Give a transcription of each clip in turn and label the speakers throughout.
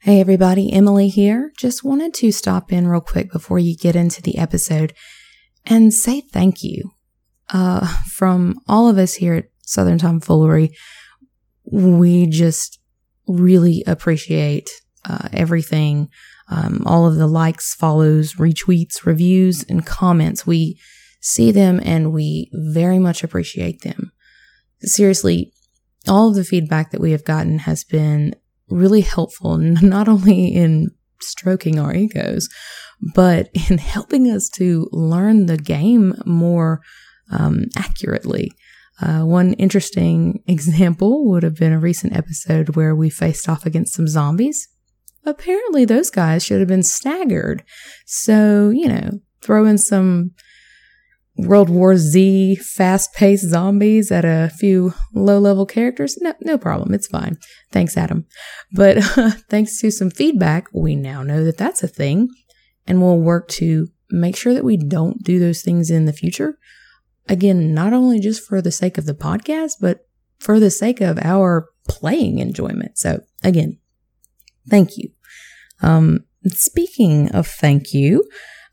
Speaker 1: Hey everybody, Emily here. Just wanted to stop in real quick before you get into the episode and say thank you. Uh, from all of us here at Southern Tomfoolery, we just really appreciate uh, everything, um, all of the likes, follows, retweets, reviews, and comments. We see them and we very much appreciate them. Seriously, all of the feedback that we have gotten has been really helpful, n- not only in stroking our egos, but in helping us to learn the game more um, accurately. Uh, one interesting example would have been a recent episode where we faced off against some zombies. Apparently, those guys should have been staggered. So, you know, throw in some World War Z fast paced zombies at a few low level characters. No, no problem. It's fine. Thanks, Adam. But uh, thanks to some feedback, we now know that that's a thing and we'll work to make sure that we don't do those things in the future. Again, not only just for the sake of the podcast, but for the sake of our playing enjoyment. So again, thank you. Um, speaking of thank you,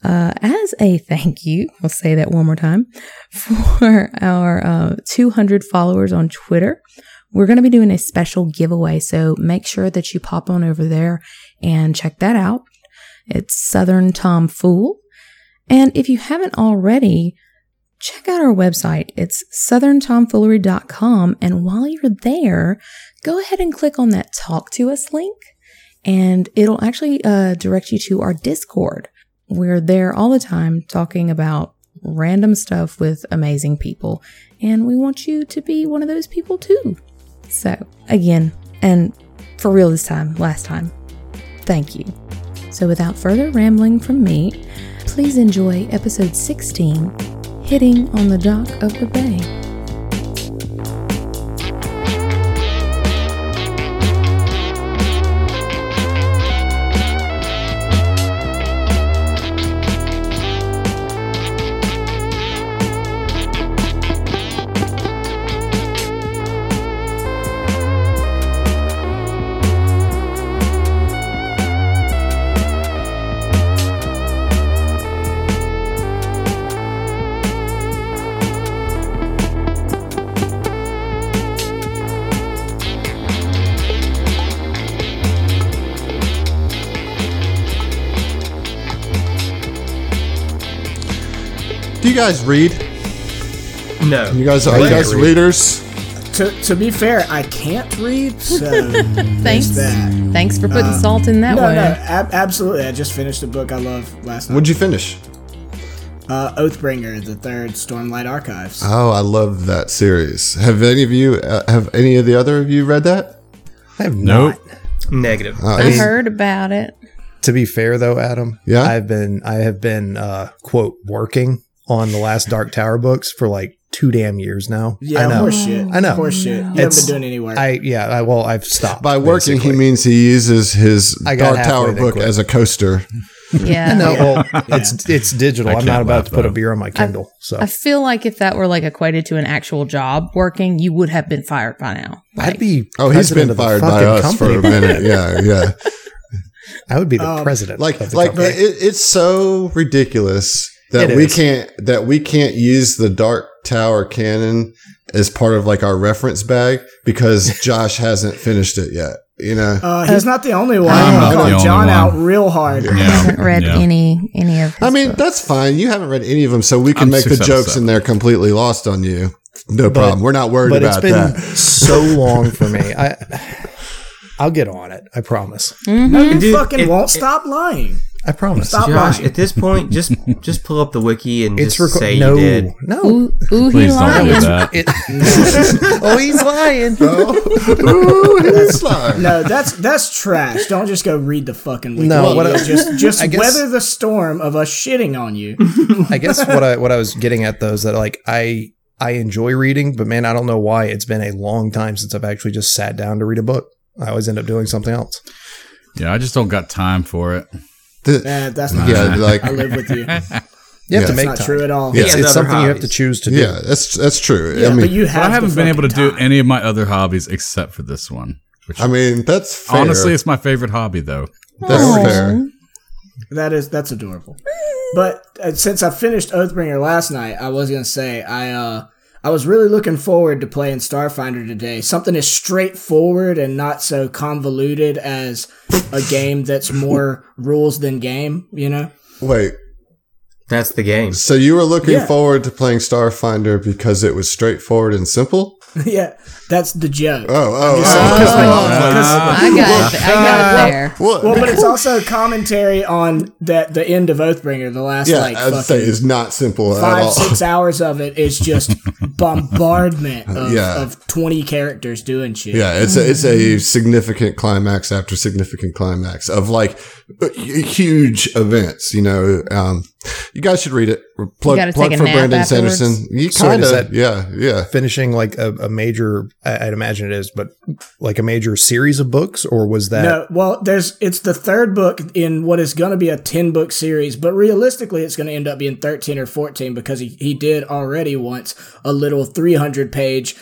Speaker 1: uh, as a thank you, I'll say that one more time, for our uh, 200 followers on Twitter, we're going to be doing a special giveaway. So make sure that you pop on over there and check that out. It's Southern Tom Fool. And if you haven't already, check out our website. It's southerntomfoolery.com. And while you're there, go ahead and click on that talk to us link and it'll actually uh, direct you to our Discord. We're there all the time talking about random stuff with amazing people, and we want you to be one of those people too. So, again, and for real this time, last time, thank you. So, without further rambling from me, please enjoy episode 16 Hitting on the Dock of the Bay.
Speaker 2: Do you guys read?
Speaker 3: No.
Speaker 2: You guys are you guys readers?
Speaker 4: To, to be fair, I can't read, so
Speaker 1: Thanks.
Speaker 4: there's that.
Speaker 1: Thanks for putting salt in that
Speaker 4: No,
Speaker 1: one.
Speaker 4: no, ab- absolutely. I just finished a book I love last night.
Speaker 2: What'd you finish?
Speaker 4: Uh, Oathbringer, the third Stormlight Archives.
Speaker 2: Oh, I love that series. Have any of you uh, have any of the other of you read that? Uh,
Speaker 5: I have not.
Speaker 3: Negative.
Speaker 1: I heard about it.
Speaker 5: To be fair, though, Adam,
Speaker 2: Yeah?
Speaker 5: I've been I have been uh, quote working on the last Dark Tower books for like two damn years now.
Speaker 4: yeah,
Speaker 5: I know.
Speaker 4: horse shit.
Speaker 5: I know.
Speaker 4: Horse shit. You haven't
Speaker 5: It's-
Speaker 4: been doing any work.
Speaker 5: I yeah. I, well, I've stopped
Speaker 2: By working, he
Speaker 5: basically.
Speaker 2: means he uses his
Speaker 5: I got
Speaker 2: Dark Tower
Speaker 5: halfway there
Speaker 2: book
Speaker 5: quick.
Speaker 2: as a coaster.
Speaker 1: Yeah.
Speaker 5: No, well, it's it's digital. I'm not about to put a beer on my Kindle. so
Speaker 1: I feel like if that were like equated to an actual job working, you would have been fired by now.
Speaker 5: I'd be.
Speaker 2: Oh, he's
Speaker 5: president
Speaker 2: been
Speaker 5: of the
Speaker 2: fired by
Speaker 5: fucking
Speaker 2: us
Speaker 5: company.
Speaker 2: for a minute. Yeah, yeah.
Speaker 5: I would be the
Speaker 4: Um,
Speaker 5: president. of
Speaker 2: Like
Speaker 5: the
Speaker 2: like
Speaker 5: company.
Speaker 2: it, it's so ridiculous that
Speaker 5: It
Speaker 2: we
Speaker 5: is.
Speaker 2: can't that we can't use the Dark Tower canon as part of like our reference bag because Josh hasn't finished it yet. You know.
Speaker 4: uh, he's not the only one.
Speaker 6: I'm not
Speaker 4: He called
Speaker 6: the only
Speaker 4: John
Speaker 6: one.
Speaker 4: out real hard.
Speaker 6: Yeah.
Speaker 1: I haven't read
Speaker 6: yeah.
Speaker 1: any any of. His
Speaker 2: I mean, that's fine. You haven't read any of them, so we can
Speaker 6: I'm
Speaker 2: make the
Speaker 6: six out of
Speaker 2: jokes
Speaker 6: seven.
Speaker 2: and they're completely lost on you. No problem. We're not worried
Speaker 5: but it's
Speaker 2: about
Speaker 5: been
Speaker 2: that.
Speaker 5: so long for me. I I'll get on it. I promise.
Speaker 4: You
Speaker 3: Dude,
Speaker 4: fucking
Speaker 3: it-
Speaker 4: won't
Speaker 3: it-
Speaker 4: stop lying.
Speaker 5: I promise.
Speaker 4: Stop
Speaker 3: Josh,
Speaker 4: lying.
Speaker 3: at this point, just just pull up the wiki and
Speaker 5: It's
Speaker 3: just say
Speaker 5: recorded.
Speaker 3: you
Speaker 5: No,
Speaker 3: did.
Speaker 5: no.
Speaker 1: ooh, ooh he
Speaker 6: Please don't do
Speaker 1: lied.
Speaker 6: that.
Speaker 5: It- oh, he's lying.
Speaker 2: It's fine.
Speaker 4: No, that's that's trash. Don't just go read the fucking Wikipedia.
Speaker 5: No, what I-
Speaker 4: just just
Speaker 5: I guess-
Speaker 4: weather the storm of us shitting on you.
Speaker 5: I guess what I what I was getting at though is that like I I enjoy reading, but man, I don't know why it's been a long time since I've actually just sat down to read a book. I always end up doing something else.
Speaker 6: Yeah, I just don't got time for it.
Speaker 2: The-
Speaker 4: Nah, that's not
Speaker 2: yeah,
Speaker 4: true.
Speaker 2: like
Speaker 4: I live with you. That's
Speaker 5: You have
Speaker 2: Yeah.
Speaker 5: to make
Speaker 4: not
Speaker 5: time.
Speaker 4: true at all.
Speaker 2: Yeah.
Speaker 5: It's,
Speaker 3: He
Speaker 5: it's
Speaker 3: has other
Speaker 5: something you have to
Speaker 3: hobbies.
Speaker 5: choose to do.
Speaker 2: yeah, that's that's true. I
Speaker 4: Yeah,
Speaker 2: mean,
Speaker 4: but you
Speaker 6: But
Speaker 4: have
Speaker 6: I
Speaker 4: the
Speaker 6: haven't been able to
Speaker 4: fucking
Speaker 6: do
Speaker 4: time.
Speaker 6: any of my other hobbies except for this one, Which
Speaker 2: I mean, that's fair.
Speaker 6: honestly, it's my favorite hobby though.
Speaker 2: That's
Speaker 1: Aw.
Speaker 2: fair.
Speaker 4: That is that's adorable. But uh, since I finished Oathbringer last night, I was gonna say I uh I was really looking forward to playing Starfinder today. Something as straightforward and not so convoluted as a game that's more rules than game. You know,
Speaker 2: Wait,
Speaker 3: That's the game.
Speaker 2: so you were looking
Speaker 4: Yeah.
Speaker 2: forward to playing Starfinder because it was straightforward and simple?
Speaker 4: yeah, that's the joke.
Speaker 2: Oh, oh,
Speaker 4: Just saying,
Speaker 2: oh.
Speaker 4: 'cause they- 'cause-
Speaker 1: I got it. I got it there.
Speaker 2: What?
Speaker 4: Well, but it's also a commentary on that the end of Oathbringer, the last
Speaker 2: yeah,
Speaker 4: like
Speaker 2: I'd say
Speaker 4: fucking
Speaker 2: it's not simple at
Speaker 4: five
Speaker 2: all.
Speaker 4: six hours of it is just bombardment of,
Speaker 2: Yeah.
Speaker 4: of twenty characters doing shit.
Speaker 2: Yeah, it's a, it's a significant climax after significant climax of like h- huge events. You know, um, you guys should read it. Plug,
Speaker 1: gotta
Speaker 2: plug
Speaker 1: take a
Speaker 2: for
Speaker 1: nap
Speaker 2: Brandon
Speaker 1: afterwards?
Speaker 2: Sanderson. You
Speaker 5: So
Speaker 2: kind
Speaker 5: is that-
Speaker 2: of, yeah, yeah.
Speaker 5: Finishing like a, a major, I- I'd imagine it is, but like a major series of books, or was that?
Speaker 4: No, well, there's it's the third book in what is going to be a ten book series, but realistically, it's going to end up being thirteen or fourteen because he he did already once a little three hundred page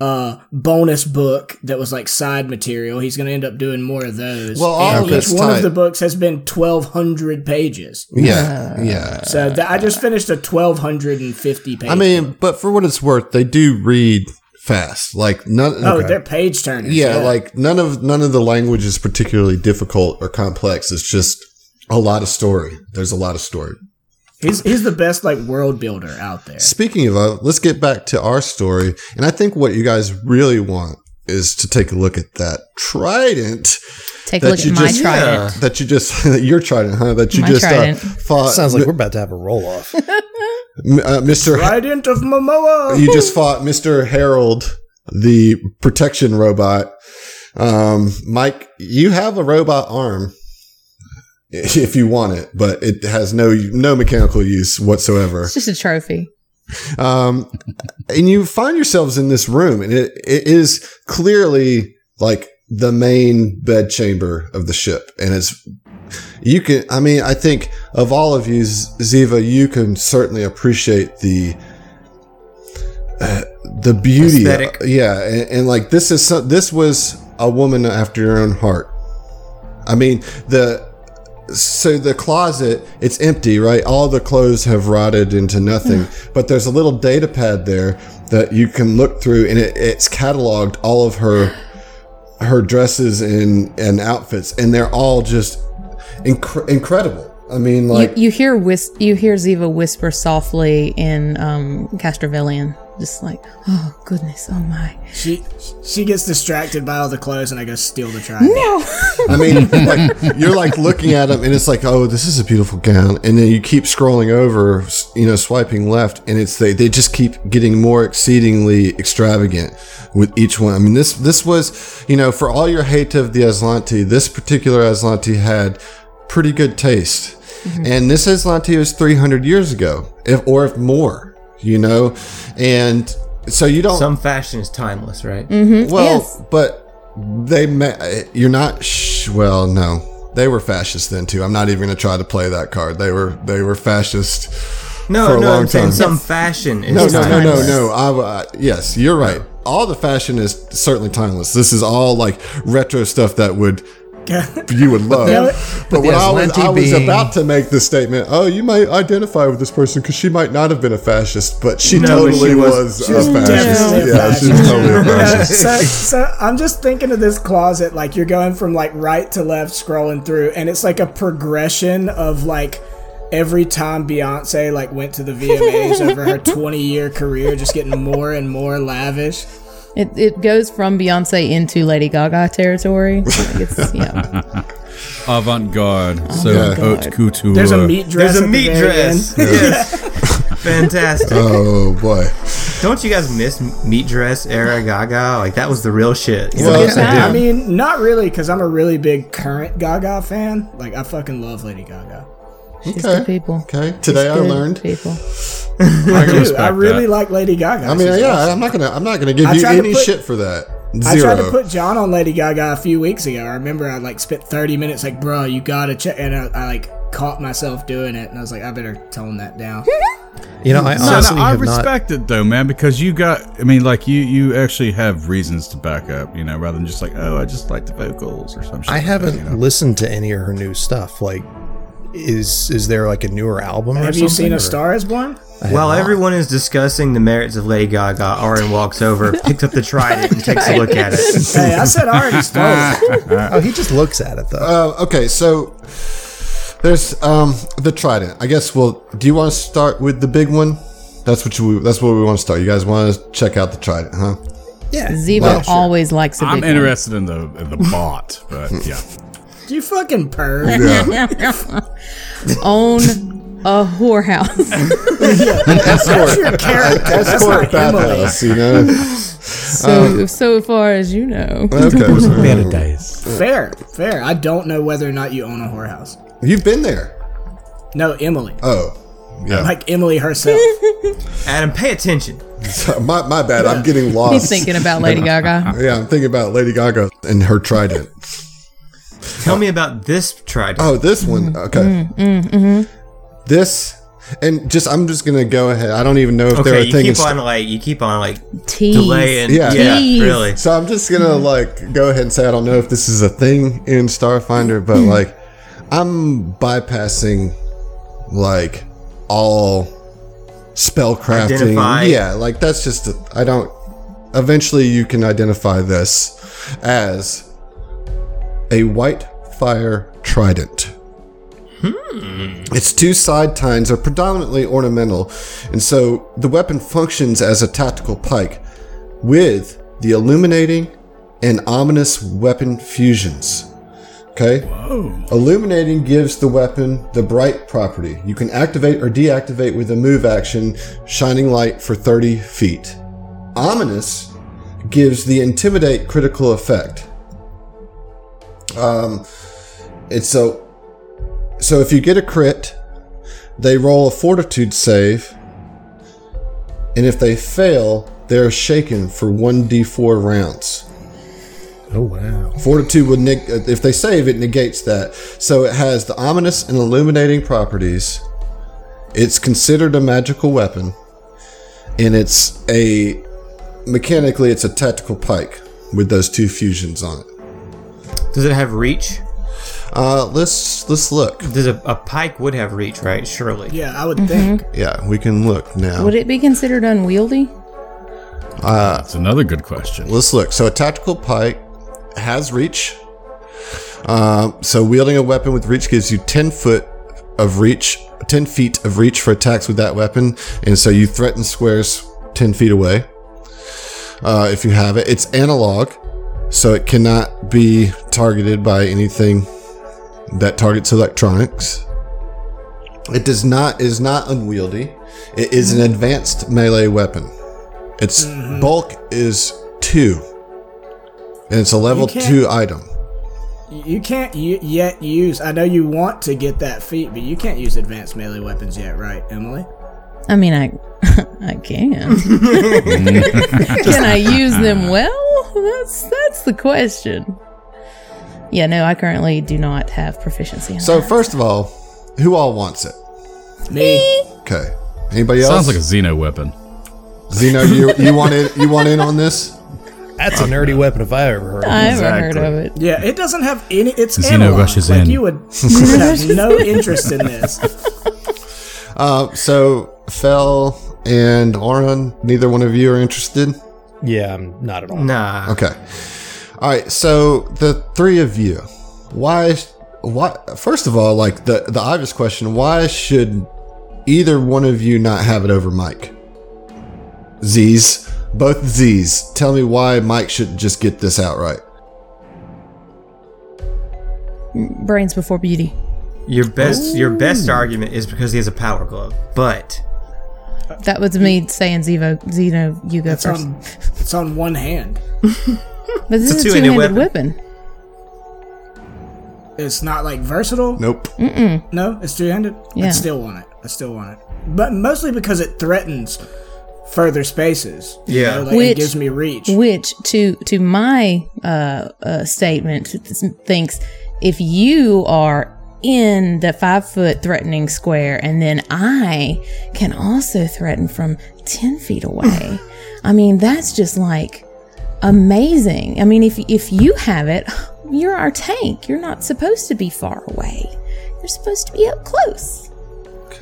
Speaker 4: uh bonus book that was like side material. He's going to end up doing more of those.
Speaker 2: Well, all
Speaker 4: And
Speaker 2: of it's
Speaker 4: each one
Speaker 2: tight.
Speaker 4: of the books has been twelve hundred pages.
Speaker 2: Yeah,
Speaker 1: Uh,
Speaker 2: yeah.
Speaker 4: So th- I just finished a twelve hundred and fifty page.
Speaker 2: I mean, but for what it's worth, they do read fast. Like none.
Speaker 4: oh, they're page turners.
Speaker 2: yeah, like none of none of the language is particularly difficult or complex. It's just a lot of story. There's a lot of story.
Speaker 4: he's he's the best like world builder out there.
Speaker 2: Speaking of, uh, let's get back to our story. And I think what you guys really want is to take a look at that trident
Speaker 1: Take a
Speaker 2: That
Speaker 1: look at
Speaker 2: you
Speaker 1: my
Speaker 2: just-
Speaker 1: trident.
Speaker 5: Uh.
Speaker 3: Yeah.
Speaker 2: that you just, that your trident, huh? That you
Speaker 1: My
Speaker 2: just uh,
Speaker 1: trident.
Speaker 2: fought,
Speaker 5: sounds like we're about to have a roll off.
Speaker 2: m- uh, Mr. Ha-
Speaker 4: Trident of Momoa.
Speaker 2: you just fought Mr. Harold, the protection robot. Um, Mike, you have a robot arm if you want it, but it has no no mechanical use whatsoever.
Speaker 1: It's just a trophy.
Speaker 2: um, and you find yourselves in this room, and it, it is clearly like the main bedchamber of the ship, and it's you can. I mean, I think of all of you, Z- Ziva, you can certainly appreciate the. uh, the beauty,
Speaker 3: Aesthetic.
Speaker 2: yeah, and, and like this is some, this was a woman after your own heart. I mean, the so the closet it's empty right all the clothes have rotted into nothing but there's a little data pad there that you can look through and it, it's cataloged all of her her dresses and and outfits and they're all just incre- incredible i mean like
Speaker 1: you, you hear whis- you hear Ziva whisper softly in um, Castrovillian, just like, "Oh goodness, oh my."
Speaker 4: She she gets distracted by all the clothes, and I go steal the trident.
Speaker 2: I mean, like you're like looking at them, and it's like, oh, this is a beautiful gown, and then you keep scrolling over, s- you know, swiping left, and it's they they just keep getting more exceedingly extravagant with each one. I mean, this this was, you know, for all your hate of the Aslanti, this particular Aslanti had pretty good taste, and this Aslanti was 300 years ago, if or if more, you know, and so you don't
Speaker 3: Some fashion is timeless, right?
Speaker 4: Mm-hmm.
Speaker 2: well,
Speaker 1: Yes.
Speaker 2: but they ma- you're not sh- well, no. They were fascist then too. I'm not even going to try to play that card. They were they were fascist. For
Speaker 3: No,
Speaker 2: a
Speaker 3: no,
Speaker 2: long
Speaker 3: I'm saying
Speaker 2: time.
Speaker 3: some fashion is
Speaker 2: No, no,
Speaker 3: timeless.
Speaker 2: no, no, no. I, uh, yes, you're right. All the fashion is certainly timeless. This is all like retro stuff that would you would love. but when I was,
Speaker 5: Aslanti
Speaker 2: I was
Speaker 5: being-
Speaker 2: about to make the statement, oh, you might identify with this person because she might not have been a fascist, but she
Speaker 3: No, but she
Speaker 2: totally
Speaker 3: was-
Speaker 2: was,
Speaker 4: She was
Speaker 2: a fascist.
Speaker 4: definitely a
Speaker 2: Yeah, she was
Speaker 4: fascist.
Speaker 2: totally a
Speaker 4: Uh,
Speaker 2: fascist.
Speaker 4: so, so I'm just thinking of this closet, like you're going from like right to left, scrolling through, and it's like a progression of like every time Beyonce like went to the VMAs over her 20 year career, just getting more and more lavish.
Speaker 1: It, it goes from Beyonce into Lady Gaga territory. Like, it's, yeah.
Speaker 6: Avant garde, so
Speaker 2: my
Speaker 1: Oh God.
Speaker 6: haute couture.
Speaker 4: There's a meat dress.
Speaker 3: There's
Speaker 4: at
Speaker 3: a
Speaker 4: the
Speaker 3: meat
Speaker 4: very
Speaker 3: dress.
Speaker 4: end.
Speaker 3: Yes. Fantastic.
Speaker 2: Oh boy.
Speaker 3: Don't you guys miss meat dress era Gaga? Like that was the real shit. You know
Speaker 2: Well,
Speaker 3: what I'm saying?
Speaker 2: Yeah.
Speaker 4: I mean, not really, because I'm a really big current Gaga fan. Like, I fucking love Lady Gaga.
Speaker 1: She's
Speaker 2: Okay.
Speaker 1: good people.
Speaker 2: Okay. Today I
Speaker 1: Good
Speaker 2: learned.
Speaker 1: people.
Speaker 6: I, can
Speaker 4: Dude,
Speaker 6: respect
Speaker 4: I really
Speaker 6: that.
Speaker 4: like Lady Gaga.
Speaker 2: I mean, yeah, I'm not gonna, I'm not gonna give
Speaker 4: I
Speaker 2: you
Speaker 4: tried to
Speaker 2: any
Speaker 4: put-
Speaker 2: shit for that.
Speaker 4: I
Speaker 2: Zero.
Speaker 4: tried to put John on Lady Gaga a few weeks ago. I remember I like spent 30 minutes like, bro, you gotta check. And I, I like caught myself doing it, and I was like, I better tone that down.
Speaker 5: You know, I
Speaker 6: No,
Speaker 5: honestly
Speaker 6: no, I
Speaker 5: have not.
Speaker 6: respect it though, man, because you got. I mean, like you, you actually have reasons to back up, you know, rather than just like, oh, I just like the vocals or some shit.
Speaker 5: I
Speaker 6: like that,
Speaker 5: haven't
Speaker 6: you know?
Speaker 5: listened to any of her new stuff. Like, is is there like a newer album? or
Speaker 4: Have you
Speaker 5: something,
Speaker 4: seen
Speaker 5: or-
Speaker 4: A Star Is Born?
Speaker 5: I have
Speaker 3: While
Speaker 5: not.
Speaker 3: everyone is discussing the merits of Lady Gaga, Arin walks over, picks up the trident, and takes a look at it.
Speaker 4: hey, I said I already started.
Speaker 6: Ah,
Speaker 5: oh, he just looks at it though.
Speaker 2: Uh, okay, so there's um the trident. I guess we'll. Do you want to start with the big one? That's what you. That's what we want to start. You guys want to check out the trident, huh?
Speaker 5: yeah,
Speaker 1: Zebo
Speaker 5: Well,
Speaker 1: always likes a big
Speaker 6: I'm
Speaker 1: one.
Speaker 6: interested in the in the bot, but yeah.
Speaker 4: You fucking purr.
Speaker 1: Own a whorehouse.
Speaker 4: That's your character. That's
Speaker 2: Escort
Speaker 4: not Emily.
Speaker 2: bathhouse, you know.
Speaker 1: So, so far as you know,
Speaker 2: Okay,
Speaker 4: Fair, fair. I don't know whether or not you own a whorehouse.
Speaker 2: you've been there.
Speaker 4: No, Emily.
Speaker 2: Oh, yeah.
Speaker 4: Like Emily herself.
Speaker 3: Adam, pay attention.
Speaker 2: my, my bad. I'm getting lost.
Speaker 1: he's thinking about Lady Gaga.
Speaker 2: Yeah, I'm thinking about Lady Gaga and her trident.
Speaker 3: Tell me about this trident.
Speaker 2: Oh, this one. Okay. This and just I'm just gonna go ahead. I don't even know if they
Speaker 3: okay,
Speaker 2: were
Speaker 3: you
Speaker 2: thinking.
Speaker 3: keep on like you keep on like
Speaker 1: Tease.
Speaker 3: delaying.
Speaker 2: Yeah.
Speaker 3: Yeah, yeah
Speaker 1: Tease.
Speaker 3: really.
Speaker 2: so I'm just gonna like go ahead and say I don't know if this is a thing in Starfinder, but like I'm bypassing like all spell crafting.
Speaker 3: Identify.
Speaker 2: Yeah, like that's just a, I don't. Eventually, you can identify this as a white fire trident. Its two side tines are predominantly ornamental, and so the weapon functions as a tactical pike with the illuminating and ominous weapon fusions. Okay? Illuminating gives the weapon the bright property. You can activate or deactivate with a move action, shining light for 30 feet. Ominous gives the intimidate critical effect. Um, it's so so if you get a crit, they roll a fortitude save, and if they fail, they're shaken for 1d4 rounds.
Speaker 5: Oh wow.
Speaker 2: Fortitude would neg- uh, if they save it negates that. So it has the ominous and illuminating properties. It's considered a magical weapon, and it's a mechanically it's a tactical pike with those two fusions on it.
Speaker 3: Does it have reach?
Speaker 2: Uh, let's let's look.
Speaker 3: Does a, a pike would have reach, right? Surely.
Speaker 4: Yeah, I would think.
Speaker 2: Yeah, we can look
Speaker 3: Oh.
Speaker 2: now.
Speaker 1: Would it be considered unwieldy?
Speaker 6: That's another good question.
Speaker 2: Let's look. So a tactical pike has reach. Um, so wielding a weapon with reach gives you ten foot of reach, ten feet of reach for attacks with that weapon, and so you threaten squares ten feet away. Uh, if you have it, it's analog, so it cannot be targeted by anything that targets electronics. It does not is not unwieldy. It is an advanced melee weapon. Its bulk is two, and it's a level
Speaker 4: can't-
Speaker 2: two item.
Speaker 4: You can't u- yet use. I know you want to get that feat, but you can't use advanced melee weapons yet, right, Emily?
Speaker 1: I mean, I, I can. can I use them well? That's that's the question. Yeah, no, I currently do not have proficiency. In
Speaker 2: So first of all, who all wants it?
Speaker 4: Me.
Speaker 2: Okay. Anybody else?
Speaker 6: Sounds like a Xeno weapon.
Speaker 2: Zeno. You you want in you want in on this?
Speaker 5: That's a nerdy weapon if I ever heard.
Speaker 1: that.
Speaker 5: of
Speaker 1: I
Speaker 5: it.
Speaker 1: haven't heard
Speaker 6: Exactly.
Speaker 1: of it.
Speaker 4: Yeah, it doesn't have any. It's
Speaker 6: Xeno
Speaker 4: analog.
Speaker 6: rushes
Speaker 4: like
Speaker 6: in.
Speaker 4: You would, you would have no interest in this.
Speaker 2: Uh, so Fel and Oran, neither one of you are interested.
Speaker 5: Yeah, I'm not at all.
Speaker 3: Nah.
Speaker 2: Okay. All right. So the three of you, why? Why? First of all, like the the obvious question: Why should either one of you not have it over Mike? Z's, both Z's. Tell me why Mike should just get this outright.
Speaker 1: Brains before beauty.
Speaker 3: Your best your best argument is because he has a power glove. But
Speaker 1: That was me saying Zevo, Zeno, you go
Speaker 4: It's
Speaker 1: first.
Speaker 4: on. It's on one hand.
Speaker 1: But this
Speaker 3: it's a
Speaker 1: is a two-handed
Speaker 3: two-handed
Speaker 1: weapon.
Speaker 4: It's not like versatile.
Speaker 2: Nope.
Speaker 4: No, it's two handed.
Speaker 1: Yeah.
Speaker 4: I still want it. I still want it. But mostly because it threatens further spaces. you
Speaker 3: Yeah.
Speaker 4: know, like
Speaker 1: Which-
Speaker 4: it gives me reach.
Speaker 1: Which, to to my uh, uh, statement, th- thinks if you are in the five foot threatening square, and then I can also threaten from 10 feet away. I mean, that's just like amazing. I mean, if, if you have it, you're our tank. You're not supposed to be far away, you're supposed to be up close.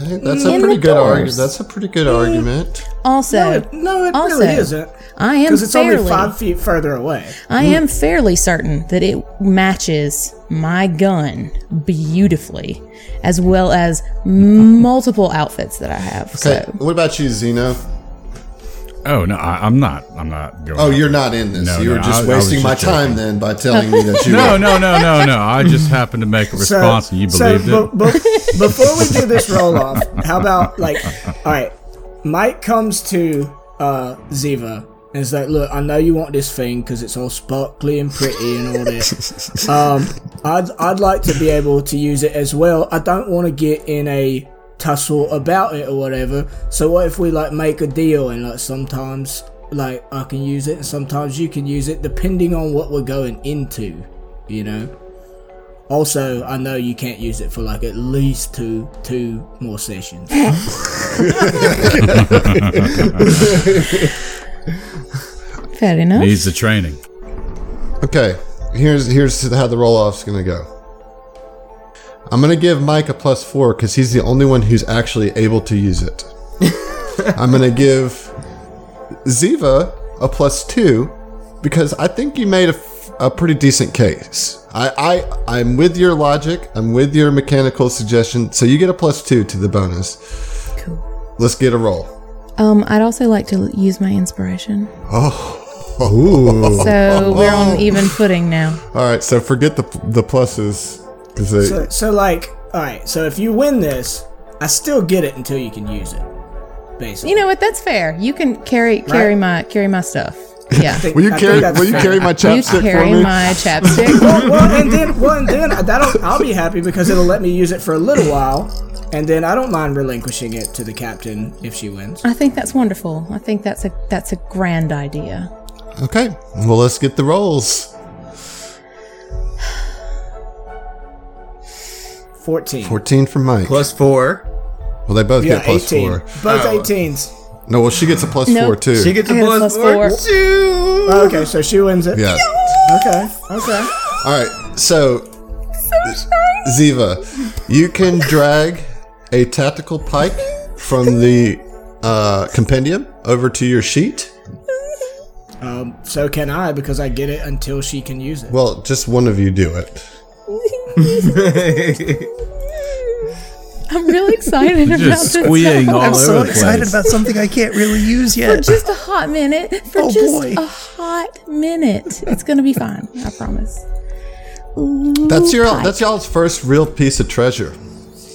Speaker 2: Okay, that's a
Speaker 1: In
Speaker 2: pretty
Speaker 1: the
Speaker 2: good argument.
Speaker 1: doors.
Speaker 2: That's a pretty good argument.
Speaker 1: Also,
Speaker 4: No, it
Speaker 1: also,
Speaker 4: really isn't.
Speaker 1: I am
Speaker 4: Because it's
Speaker 1: fairly,
Speaker 4: only five feet further away.
Speaker 1: I am fairly certain that it matches my gun beautifully, as well as multiple outfits that I have.
Speaker 2: Okay,
Speaker 1: So
Speaker 2: what about you, Zeno?
Speaker 6: Oh no, I, I'm not. I'm not going.
Speaker 2: Oh,
Speaker 6: out.
Speaker 2: you're not in this.
Speaker 6: No,
Speaker 2: you were
Speaker 6: no, I-
Speaker 2: just
Speaker 6: I was
Speaker 2: wasting
Speaker 6: just
Speaker 2: my
Speaker 6: joking.
Speaker 2: time then by telling me that you.
Speaker 6: No,
Speaker 2: were.
Speaker 6: no, no, no, no. I just happened to make a response, and you believed
Speaker 4: so,
Speaker 6: it.
Speaker 4: bu- bu- before we do this roll off, how about like, all right, Mike comes to uh, Ziva and is like, "Look, I know you want this thing because it's all sparkly and pretty and all this. Um, I'd I'd like to be able to use it as well. I don't want to get in a tussle about it or whatever. So what if we like make a deal and like sometimes." Like I can use it, and sometimes you can use it, depending on what we're going into, you know. Also, I know you can't use it for like at least two two more sessions.
Speaker 1: fair enough.
Speaker 6: Needs the training.
Speaker 2: Okay, here's here's how the roll off's gonna go. I'm gonna give Mike a plus four because he's the only one who's actually able to use it. I'm gonna give Ziva a plus two because I think you made a, f- a pretty decent case. I, I I'm with your logic. I'm with your mechanical suggestion. So you get a plus two to the bonus.
Speaker 1: Cool.
Speaker 2: Let's get a roll.
Speaker 1: Um, I'd also like to l- use my inspiration.
Speaker 6: Oh.
Speaker 2: Ooh.
Speaker 1: So we're on even footing now.
Speaker 2: All right. So forget the the pluses. 'cause they-
Speaker 4: so, so like, all right. So if you win this, I still get it until you can use it. Basically,
Speaker 1: You know what? That's fair. You can carry carry my carry my stuff. Yeah.
Speaker 4: I think-
Speaker 2: Will you
Speaker 4: I think
Speaker 2: carry?
Speaker 4: that's
Speaker 2: Will you
Speaker 4: fair.
Speaker 2: carry my
Speaker 1: you
Speaker 2: chapstick for
Speaker 1: carry
Speaker 2: me?
Speaker 1: my chapstick.
Speaker 4: Well, well, and then, well, and then I- that'll, I'll be happy because it'll let me use it for a little while, and then I don't mind relinquishing it to the captain if she wins.
Speaker 1: I think that's wonderful. I think that's a that's a grand idea.
Speaker 2: okay. Well, let's get the rolls.
Speaker 4: Fourteen.
Speaker 2: Fourteen for Mike.
Speaker 3: Plus four.
Speaker 2: well, they both
Speaker 4: yeah,
Speaker 2: get plus
Speaker 4: eighteen.
Speaker 2: four.
Speaker 4: Both
Speaker 3: Oh.
Speaker 4: eighteens.
Speaker 2: No, well, she gets a plus
Speaker 1: Nope.
Speaker 2: four too.
Speaker 3: She gets a
Speaker 1: I got a
Speaker 3: plus,
Speaker 1: plus
Speaker 3: four.
Speaker 1: four.
Speaker 3: Two.
Speaker 4: Okay, so she wins it.
Speaker 2: yeah.
Speaker 4: Okay. Okay.
Speaker 2: All right. So, Ziva, you can drag a tactical pike from the uh, compendium over to your sheet.
Speaker 4: Um, so can I because I get it until she can use it.
Speaker 2: Well, just one of you do it.
Speaker 1: I'm really excited about
Speaker 6: Just
Speaker 1: this.
Speaker 6: squeeing
Speaker 1: now.
Speaker 6: all
Speaker 5: I'm
Speaker 6: over
Speaker 5: so
Speaker 6: the
Speaker 5: excited
Speaker 6: place.
Speaker 5: about something I can't really use
Speaker 1: for
Speaker 5: yet.
Speaker 1: just a hot minute. For
Speaker 5: Oh,
Speaker 1: just
Speaker 5: boy.
Speaker 1: a hot minute. It's gonna be fine. I promise. Ooh,
Speaker 2: That's your.
Speaker 1: pie.
Speaker 2: That's y'all's first real piece of treasure.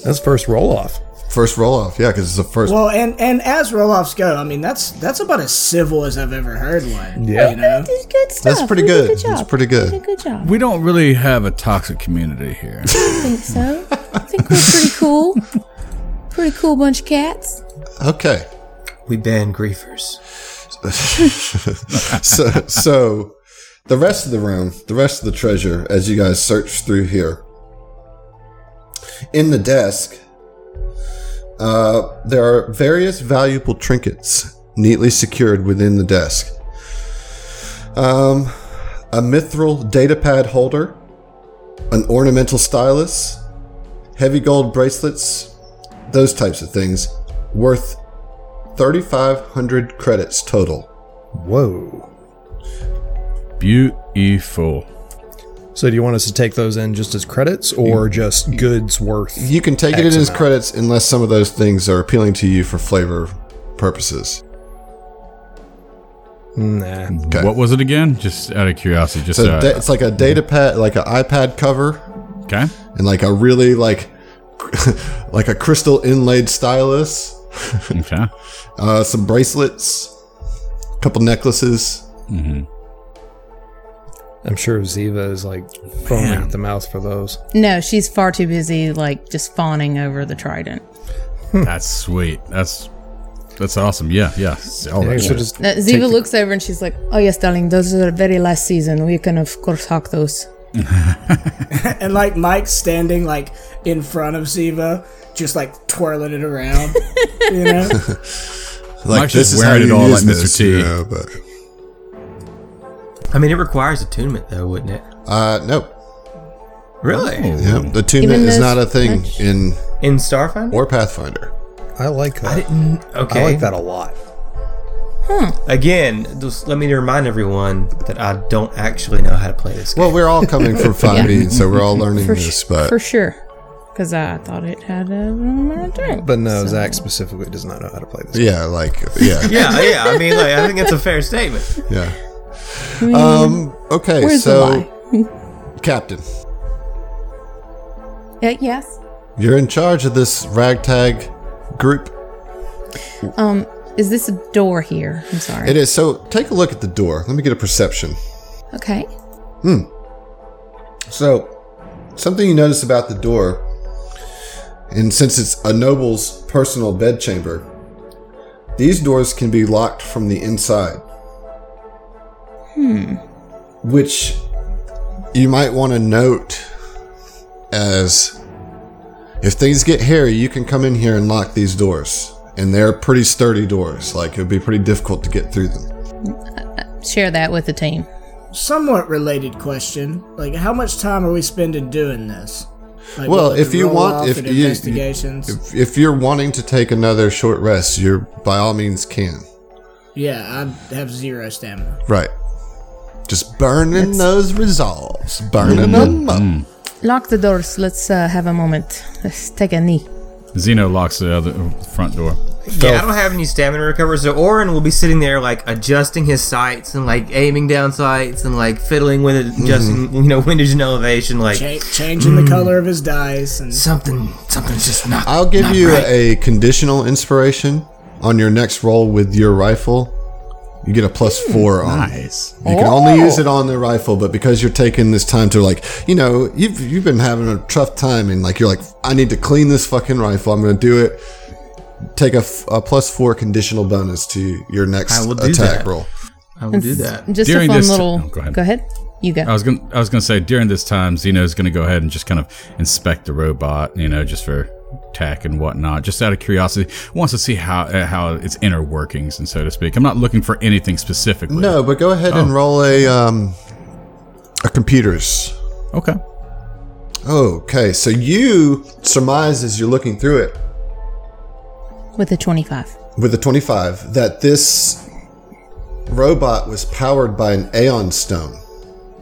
Speaker 5: That's first roll off.
Speaker 2: First roll off. Yeah, because it's the first.
Speaker 4: Well, and and as roll-offs go, I mean that's that's about as civil as I've ever heard one.
Speaker 5: Yeah.
Speaker 4: You know.
Speaker 1: That's good stuff.
Speaker 2: That's pretty
Speaker 1: We did a
Speaker 2: good. That's
Speaker 1: job.
Speaker 2: pretty good.
Speaker 1: We did a good job.
Speaker 6: We don't really have a toxic community here.
Speaker 1: I think so. I think we're pretty cool. Pretty cool bunch of cats.
Speaker 2: okay.
Speaker 3: We ban griefers.
Speaker 2: so, so the rest of the room, the rest of the treasure, as you guys search through here, in the desk, uh, there are various valuable trinkets neatly secured within the desk. Um, a mithril datapad holder, an ornamental stylus, heavy gold bracelets, those types of things, worth 3,500 credits total.
Speaker 5: Whoa.
Speaker 6: Beautiful.
Speaker 5: So do you want us to take those in just as credits or just goods worth?
Speaker 2: You can take it in as credits unless some of those things are appealing to you for flavor purposes.
Speaker 5: Nah.
Speaker 2: Okay.
Speaker 6: What was it again? Just out of curiosity. Just
Speaker 2: So
Speaker 6: uh,
Speaker 2: da- it's like a data pad, like an iPad cover,
Speaker 6: okay.
Speaker 2: and like a really like like a crystal inlaid stylus,
Speaker 6: Okay.
Speaker 2: uh, some bracelets, a couple necklaces.
Speaker 5: I'm sure Ziva is like foaming at the mouth for those.
Speaker 1: No, she's far too busy, like just fawning over the trident.
Speaker 2: Hmm.
Speaker 6: That's sweet. That's that's awesome. Yeah. Yeah. All
Speaker 5: Yeah,
Speaker 6: that
Speaker 5: so
Speaker 6: shit.
Speaker 5: just
Speaker 1: Uh, Ziva looks over and she's like, "Oh yes, darling, those are very last season. We can of course hawk those.
Speaker 4: and like Mike's standing like in front of Siva, just like twirling it around. you know,
Speaker 2: Like this
Speaker 6: Mike's just
Speaker 2: is how
Speaker 6: wearing it
Speaker 2: you
Speaker 6: all
Speaker 2: use
Speaker 6: like Mr.
Speaker 2: this,
Speaker 6: T.
Speaker 2: you know, but
Speaker 3: I mean, it requires attunement, though, wouldn't it?
Speaker 2: uh, no,
Speaker 3: Really?
Speaker 2: yeah,
Speaker 6: Ooh.
Speaker 2: the attunement
Speaker 1: Even
Speaker 2: is
Speaker 1: those
Speaker 2: not a thing
Speaker 1: French-
Speaker 2: in
Speaker 3: In Starfinder?
Speaker 2: or Pathfinder.
Speaker 5: I like
Speaker 3: I
Speaker 5: that.
Speaker 3: didn't. Okay.
Speaker 5: I like that a lot.
Speaker 3: Again, just let me remind everyone that I don't actually know how to play this game.
Speaker 2: Well, we're all coming from 5e, so we're all learning
Speaker 1: For,
Speaker 2: this,
Speaker 1: sh-
Speaker 2: but
Speaker 1: for sure. Because I thought it had a normal drink.
Speaker 5: But no, Zach specifically does not know how to play this.
Speaker 2: yeah, like yeah,
Speaker 3: yeah, yeah. I mean, like, I think that's a fair statement.
Speaker 2: yeah.
Speaker 1: I mean,
Speaker 2: Um, okay,
Speaker 1: where's the
Speaker 2: so
Speaker 1: lie?
Speaker 2: Captain,
Speaker 1: Uh, yes.
Speaker 2: you're in charge of this ragtag group.
Speaker 1: Um, is this a door here? I'm sorry.
Speaker 2: It is so. Take a look at the door. Let me get a perception.
Speaker 1: Okay.
Speaker 2: So, something you notice about the door, and since it's a noble's personal bedchamber, these doors can be locked from the inside. Hmm. Which you might want to note as if things get hairy, you can come in here and lock these doors. And they're pretty sturdy doors. Like, it would be pretty difficult to get through them.
Speaker 1: Share that with the team.
Speaker 4: somewhat related question. Like, how much time are we spending doing this? Like,
Speaker 2: Well,
Speaker 4: with
Speaker 2: if
Speaker 4: the
Speaker 2: you want-
Speaker 4: roll-off
Speaker 2: if
Speaker 4: and
Speaker 2: you- you-
Speaker 4: investigations,
Speaker 2: If, if you're wanting to take another short rest, you're by all means can.
Speaker 4: yeah, I have zero stamina.
Speaker 2: Right. Just burning those resolves, burning them up.
Speaker 1: Lock the doors. Let's uh, have a moment. Let's take a knee.
Speaker 6: Zeno locks the other front door.
Speaker 3: Yeah, I don't have any stamina recovery, so Orin will be sitting there, like, adjusting his sights and, like, aiming down sights and, like, fiddling with it,
Speaker 2: Mm-hmm.
Speaker 3: adjusting, you know, windage and elevation. Like,
Speaker 4: Cha- changing
Speaker 2: Hmm.
Speaker 4: the color of his dice and
Speaker 3: something, something's just not.
Speaker 2: I'll give
Speaker 3: not
Speaker 2: you
Speaker 3: right.
Speaker 2: a conditional inspiration on your next roll with your rifle. You get a plus four on. it.
Speaker 6: Nice.
Speaker 2: You can only use
Speaker 3: Oh.
Speaker 2: it on the rifle, but because you're taking this time to like, you know, you've you've been having a tough time, and like you're like, I need to clean this fucking rifle. I'm going to do it. Take a, f- a plus four conditional bonus to your next
Speaker 3: I will do
Speaker 2: attack
Speaker 3: that.
Speaker 2: roll.
Speaker 3: I will do that.
Speaker 1: Just
Speaker 6: During
Speaker 1: a fun
Speaker 6: this-
Speaker 1: little.
Speaker 6: oh, go ahead.
Speaker 1: Go ahead. You go.
Speaker 6: I was gonna I was gonna say during this time Zeno's gonna go ahead and just kind of inspect the robot, you know, just for tech and whatnot, just out of curiosity. Wants to see how uh, how its inner workings and so to speak. I'm not looking for anything specifically.
Speaker 2: No, but go ahead
Speaker 3: Oh.
Speaker 2: and roll a um a computers.
Speaker 6: Okay.
Speaker 2: Okay, so you surmise as you're looking through it
Speaker 1: with a 25.
Speaker 2: with the 25 that this robot was powered by an Aeon stone.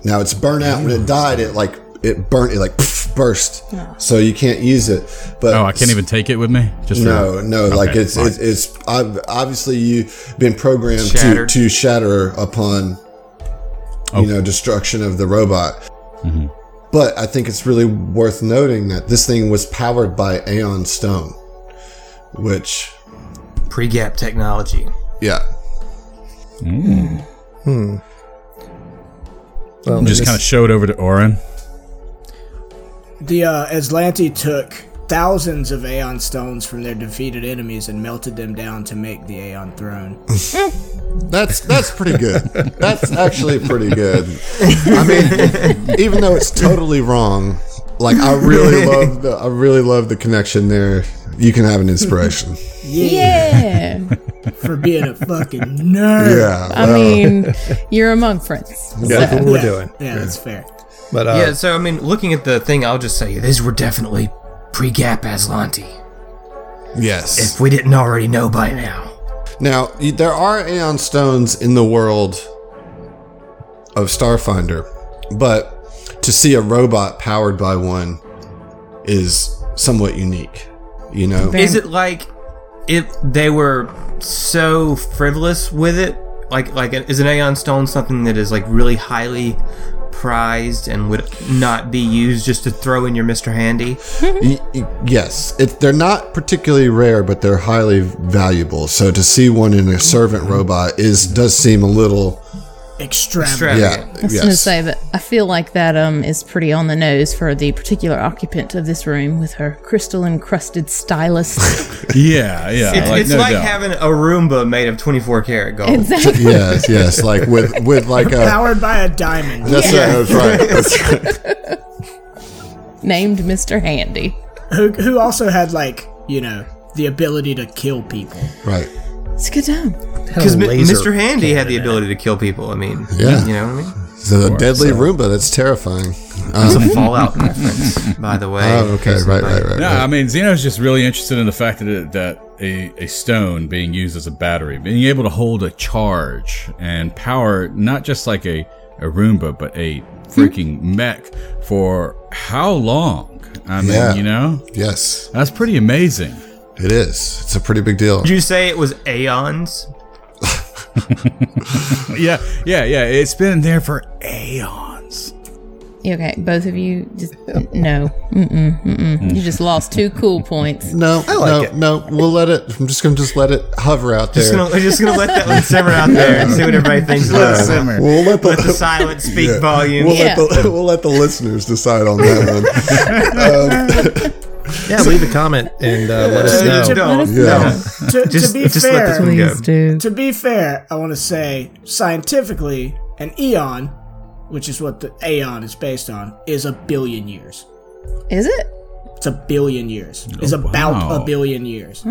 Speaker 2: Now it's burnt out. When it died, it like it burnt. It like pff, burst. So you can't use it. But
Speaker 6: Oh, I can't even take it with me. Just for-
Speaker 2: No, no. like
Speaker 6: Okay,
Speaker 2: it's
Speaker 6: fine.
Speaker 2: it's, it's ob- obviously you've been programmed to,
Speaker 3: Shattered.
Speaker 2: to shatter upon
Speaker 6: Oh. Mm-hmm.
Speaker 2: you know destruction of the robot. But I think it's really worth noting that this thing was powered by Aeon Stone, which
Speaker 3: Pre gap technology.
Speaker 2: yeah,
Speaker 5: Well,
Speaker 6: just kind of show it over to Orin.
Speaker 4: The uh, Aslanti took thousands of Aeon stones from their defeated enemies and melted them down to make the Aeon throne.
Speaker 2: that's that's pretty good. that's actually pretty good. I mean, even though it's totally wrong, like I really love the I really love the connection there. You can have an inspiration.
Speaker 1: Yeah.
Speaker 4: For being a fucking nerd.
Speaker 2: Yeah.
Speaker 1: I mean, you're among friends.
Speaker 5: look what we're
Speaker 4: Yeah,
Speaker 5: doing.
Speaker 4: Yeah, that's fair.
Speaker 5: But uh,
Speaker 3: yeah, so, I mean, looking at the thing, I'll just say these were definitely pre gap Aslanti.
Speaker 2: yes.
Speaker 3: If we didn't already know by now.
Speaker 2: Now, y- there are Aeon Stones in the world of Starfinder, but to see a robot powered by one is somewhat unique. You know?
Speaker 1: Very-
Speaker 3: Is it like if they were so frivolous with it? Like, like is an Aeon Stone something that is like really highly prized and would not be used just to throw in your Mr. Handy?
Speaker 2: Y- y- yes. It, they're not particularly rare, but they're highly valuable. So to see one in a servant robot is does seem a little
Speaker 4: extravagant.
Speaker 2: Yeah.
Speaker 3: Extravagant.
Speaker 1: I was going to say, but I feel like that um is pretty on the nose for the particular occupant of this room with her crystal encrusted stylus.
Speaker 6: Yeah, yeah.
Speaker 3: It's,
Speaker 6: like,
Speaker 3: it's
Speaker 6: no
Speaker 3: like
Speaker 6: doubt.
Speaker 3: having a Roomba made of 24 karat gold.
Speaker 1: exactly.
Speaker 2: yes, yes. Like with with like a.
Speaker 4: Powered by a diamond.
Speaker 2: That's right. That's right. That's right.
Speaker 1: Named Mr. Handy.
Speaker 4: who, who also had like you know the ability to kill people.
Speaker 2: right.
Speaker 1: It's a good time.
Speaker 3: Because Mr. Handy had the ability to kill people. I mean,
Speaker 2: Yeah.
Speaker 3: you know what I mean?
Speaker 2: So the deadly Roomba. That's terrifying.
Speaker 3: It's a Fallout reference, by the way.
Speaker 2: Oh, okay. Right. Right. Right.
Speaker 6: No,
Speaker 2: right.
Speaker 6: I mean Zeno's just really interested in the fact that it, that a, a stone being used as a battery, being able to hold a charge and power not just like a, a Roomba, but a freaking
Speaker 3: Hmm.
Speaker 6: mech for how long? I mean,
Speaker 2: Yeah.
Speaker 6: you know,
Speaker 2: Yes,
Speaker 6: that's pretty amazing.
Speaker 2: it is. It's a pretty big deal.
Speaker 3: Did you say it was Aeons?
Speaker 6: Yeah, yeah, yeah. It's been there for aeons.
Speaker 1: You Okay, both of you just no. Mm-mm,
Speaker 6: Mm.
Speaker 1: mm-mm. You just lost two cool points.
Speaker 2: No,
Speaker 5: like
Speaker 2: no, no. We'll let it. I'm just gonna just let it hover out there.
Speaker 3: Just gonna, we're just gonna let that one simmer out there and see what everybody thinks. Let it simmer.
Speaker 2: We'll let the,
Speaker 3: Let the silence speak
Speaker 2: Yeah.
Speaker 3: volumes.
Speaker 2: We'll,
Speaker 1: Yeah.
Speaker 2: let the, we'll let the listeners decide on that one.
Speaker 5: Yeah, leave a comment and uh, let us
Speaker 3: Uh,
Speaker 5: know.
Speaker 3: just don't.
Speaker 1: Yeah.
Speaker 3: don't.
Speaker 4: To,
Speaker 3: Just-
Speaker 4: to be
Speaker 3: just let
Speaker 4: fair,
Speaker 3: this one go.
Speaker 1: do.
Speaker 4: to be fair, I want to say scientifically, an eon, which is what the aeon is based on, is a billion years.
Speaker 1: Is it?
Speaker 4: It's a billion years. It's
Speaker 6: Oh,
Speaker 4: about
Speaker 6: wow.
Speaker 4: a billion years.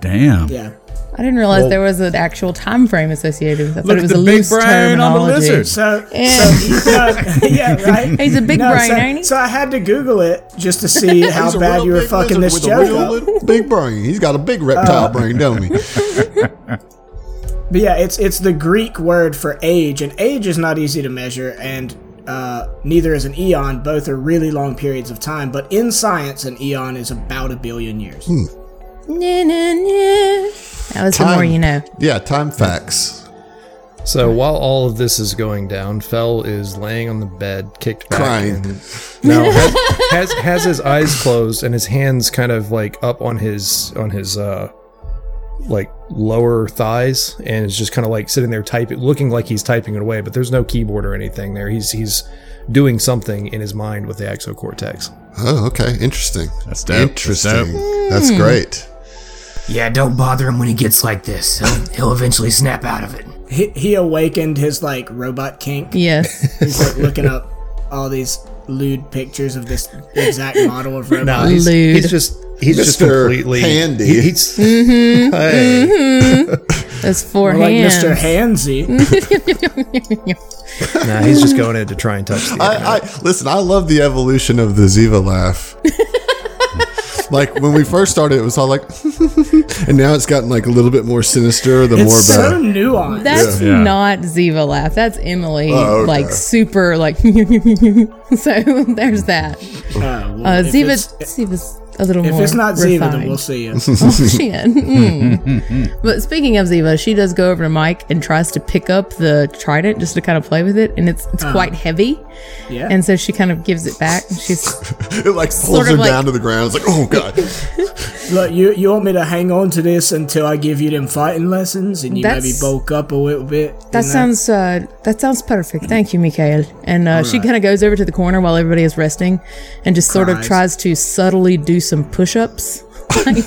Speaker 6: Damn.
Speaker 4: Yeah.
Speaker 1: I didn't realize there was an actual time frame associated with it. I
Speaker 6: Look
Speaker 1: thought it
Speaker 6: at
Speaker 1: was
Speaker 6: the
Speaker 1: a
Speaker 6: big
Speaker 1: loose
Speaker 6: brain on the
Speaker 1: terminology.
Speaker 6: lizard.
Speaker 4: So,
Speaker 1: Yeah.
Speaker 4: so no, yeah, right.
Speaker 1: He's a big brain,
Speaker 4: so,
Speaker 1: ain't he?
Speaker 4: So I had to Google it just to see how bad you were fucking this joke Uh, up.
Speaker 2: big brain. He's got a big reptile brain, don't he?
Speaker 4: But yeah, it's it's the Greek word for age, and age is not easy to measure, and uh, neither is an eon. Both are really long periods of time, but in science, an eon is about a billion years.
Speaker 1: Nah, nah, nah. That was the more you know.
Speaker 2: Yeah, time facts.
Speaker 5: So while all of this is going down, Fell is laying on the bed, kicked back,
Speaker 2: Crying.
Speaker 5: and now has, has has his eyes closed and his hands kind of like up on his on his uh like lower thighs, and is just kind of like sitting there typing, looking like he's typing it away, but there's no keyboard or anything there. He's he's doing something in his mind with the exocortex.
Speaker 2: Oh, okay. Interesting.
Speaker 6: That's dope. That's
Speaker 2: Interesting.
Speaker 6: dope.
Speaker 2: That's
Speaker 4: Hmm.
Speaker 2: great.
Speaker 7: Yeah, don't bother him when he gets like this. He'll, he'll eventually snap out of it.
Speaker 4: He, he awakened his like robot kink.
Speaker 1: Yes.
Speaker 4: He's like looking up all these lewd pictures of this exact model of robot.
Speaker 5: No, he's,
Speaker 1: Lewd.
Speaker 5: he's just he's just
Speaker 2: Mr.
Speaker 5: completely
Speaker 2: Handy.
Speaker 5: he- he's, Hey.
Speaker 1: That's four
Speaker 4: Or like
Speaker 1: hands.
Speaker 4: Mr. Handsy.
Speaker 5: Nah, he's just going in to try and touch the.
Speaker 2: I, I listen. I love the evolution of the Ziva laugh. like when we first started, it was all like, and now it's gotten like a little bit more sinister. The more
Speaker 4: It's so
Speaker 2: bad.
Speaker 4: nuanced.
Speaker 1: That's
Speaker 6: Yeah.
Speaker 1: not Ziva laugh. That's Emily,
Speaker 2: Oh, okay.
Speaker 1: like super, like. so there's that.
Speaker 4: Oh, well,
Speaker 1: Uh,
Speaker 4: if
Speaker 1: Ziva,
Speaker 4: it's-
Speaker 1: Ziva's a little
Speaker 4: If
Speaker 1: more.
Speaker 4: it's not Ziva, then
Speaker 1: refined.
Speaker 4: we'll see you.
Speaker 1: Oh, shit. Mm. but speaking of Ziva, she does go over to Mike and tries to pick up the trident just to kind of play with it, and it's it's quite heavy,
Speaker 4: Yeah.
Speaker 1: and so she kind of gives it back. And she's
Speaker 2: It like pulls
Speaker 1: Sort of
Speaker 2: him
Speaker 1: like-
Speaker 2: down to the ground. It's like, oh god.
Speaker 4: Look, you you want me to hang on to this until I give you them fighting lessons, and you
Speaker 1: That's-
Speaker 4: maybe bulk up a little bit.
Speaker 1: that sounds uh, that sounds perfect. Thank you, Mikhail. And uh, she kind of goes over to the corner while everybody is resting, and just sort of
Speaker 4: Cries.
Speaker 1: tries to subtly do some push-ups.
Speaker 3: So no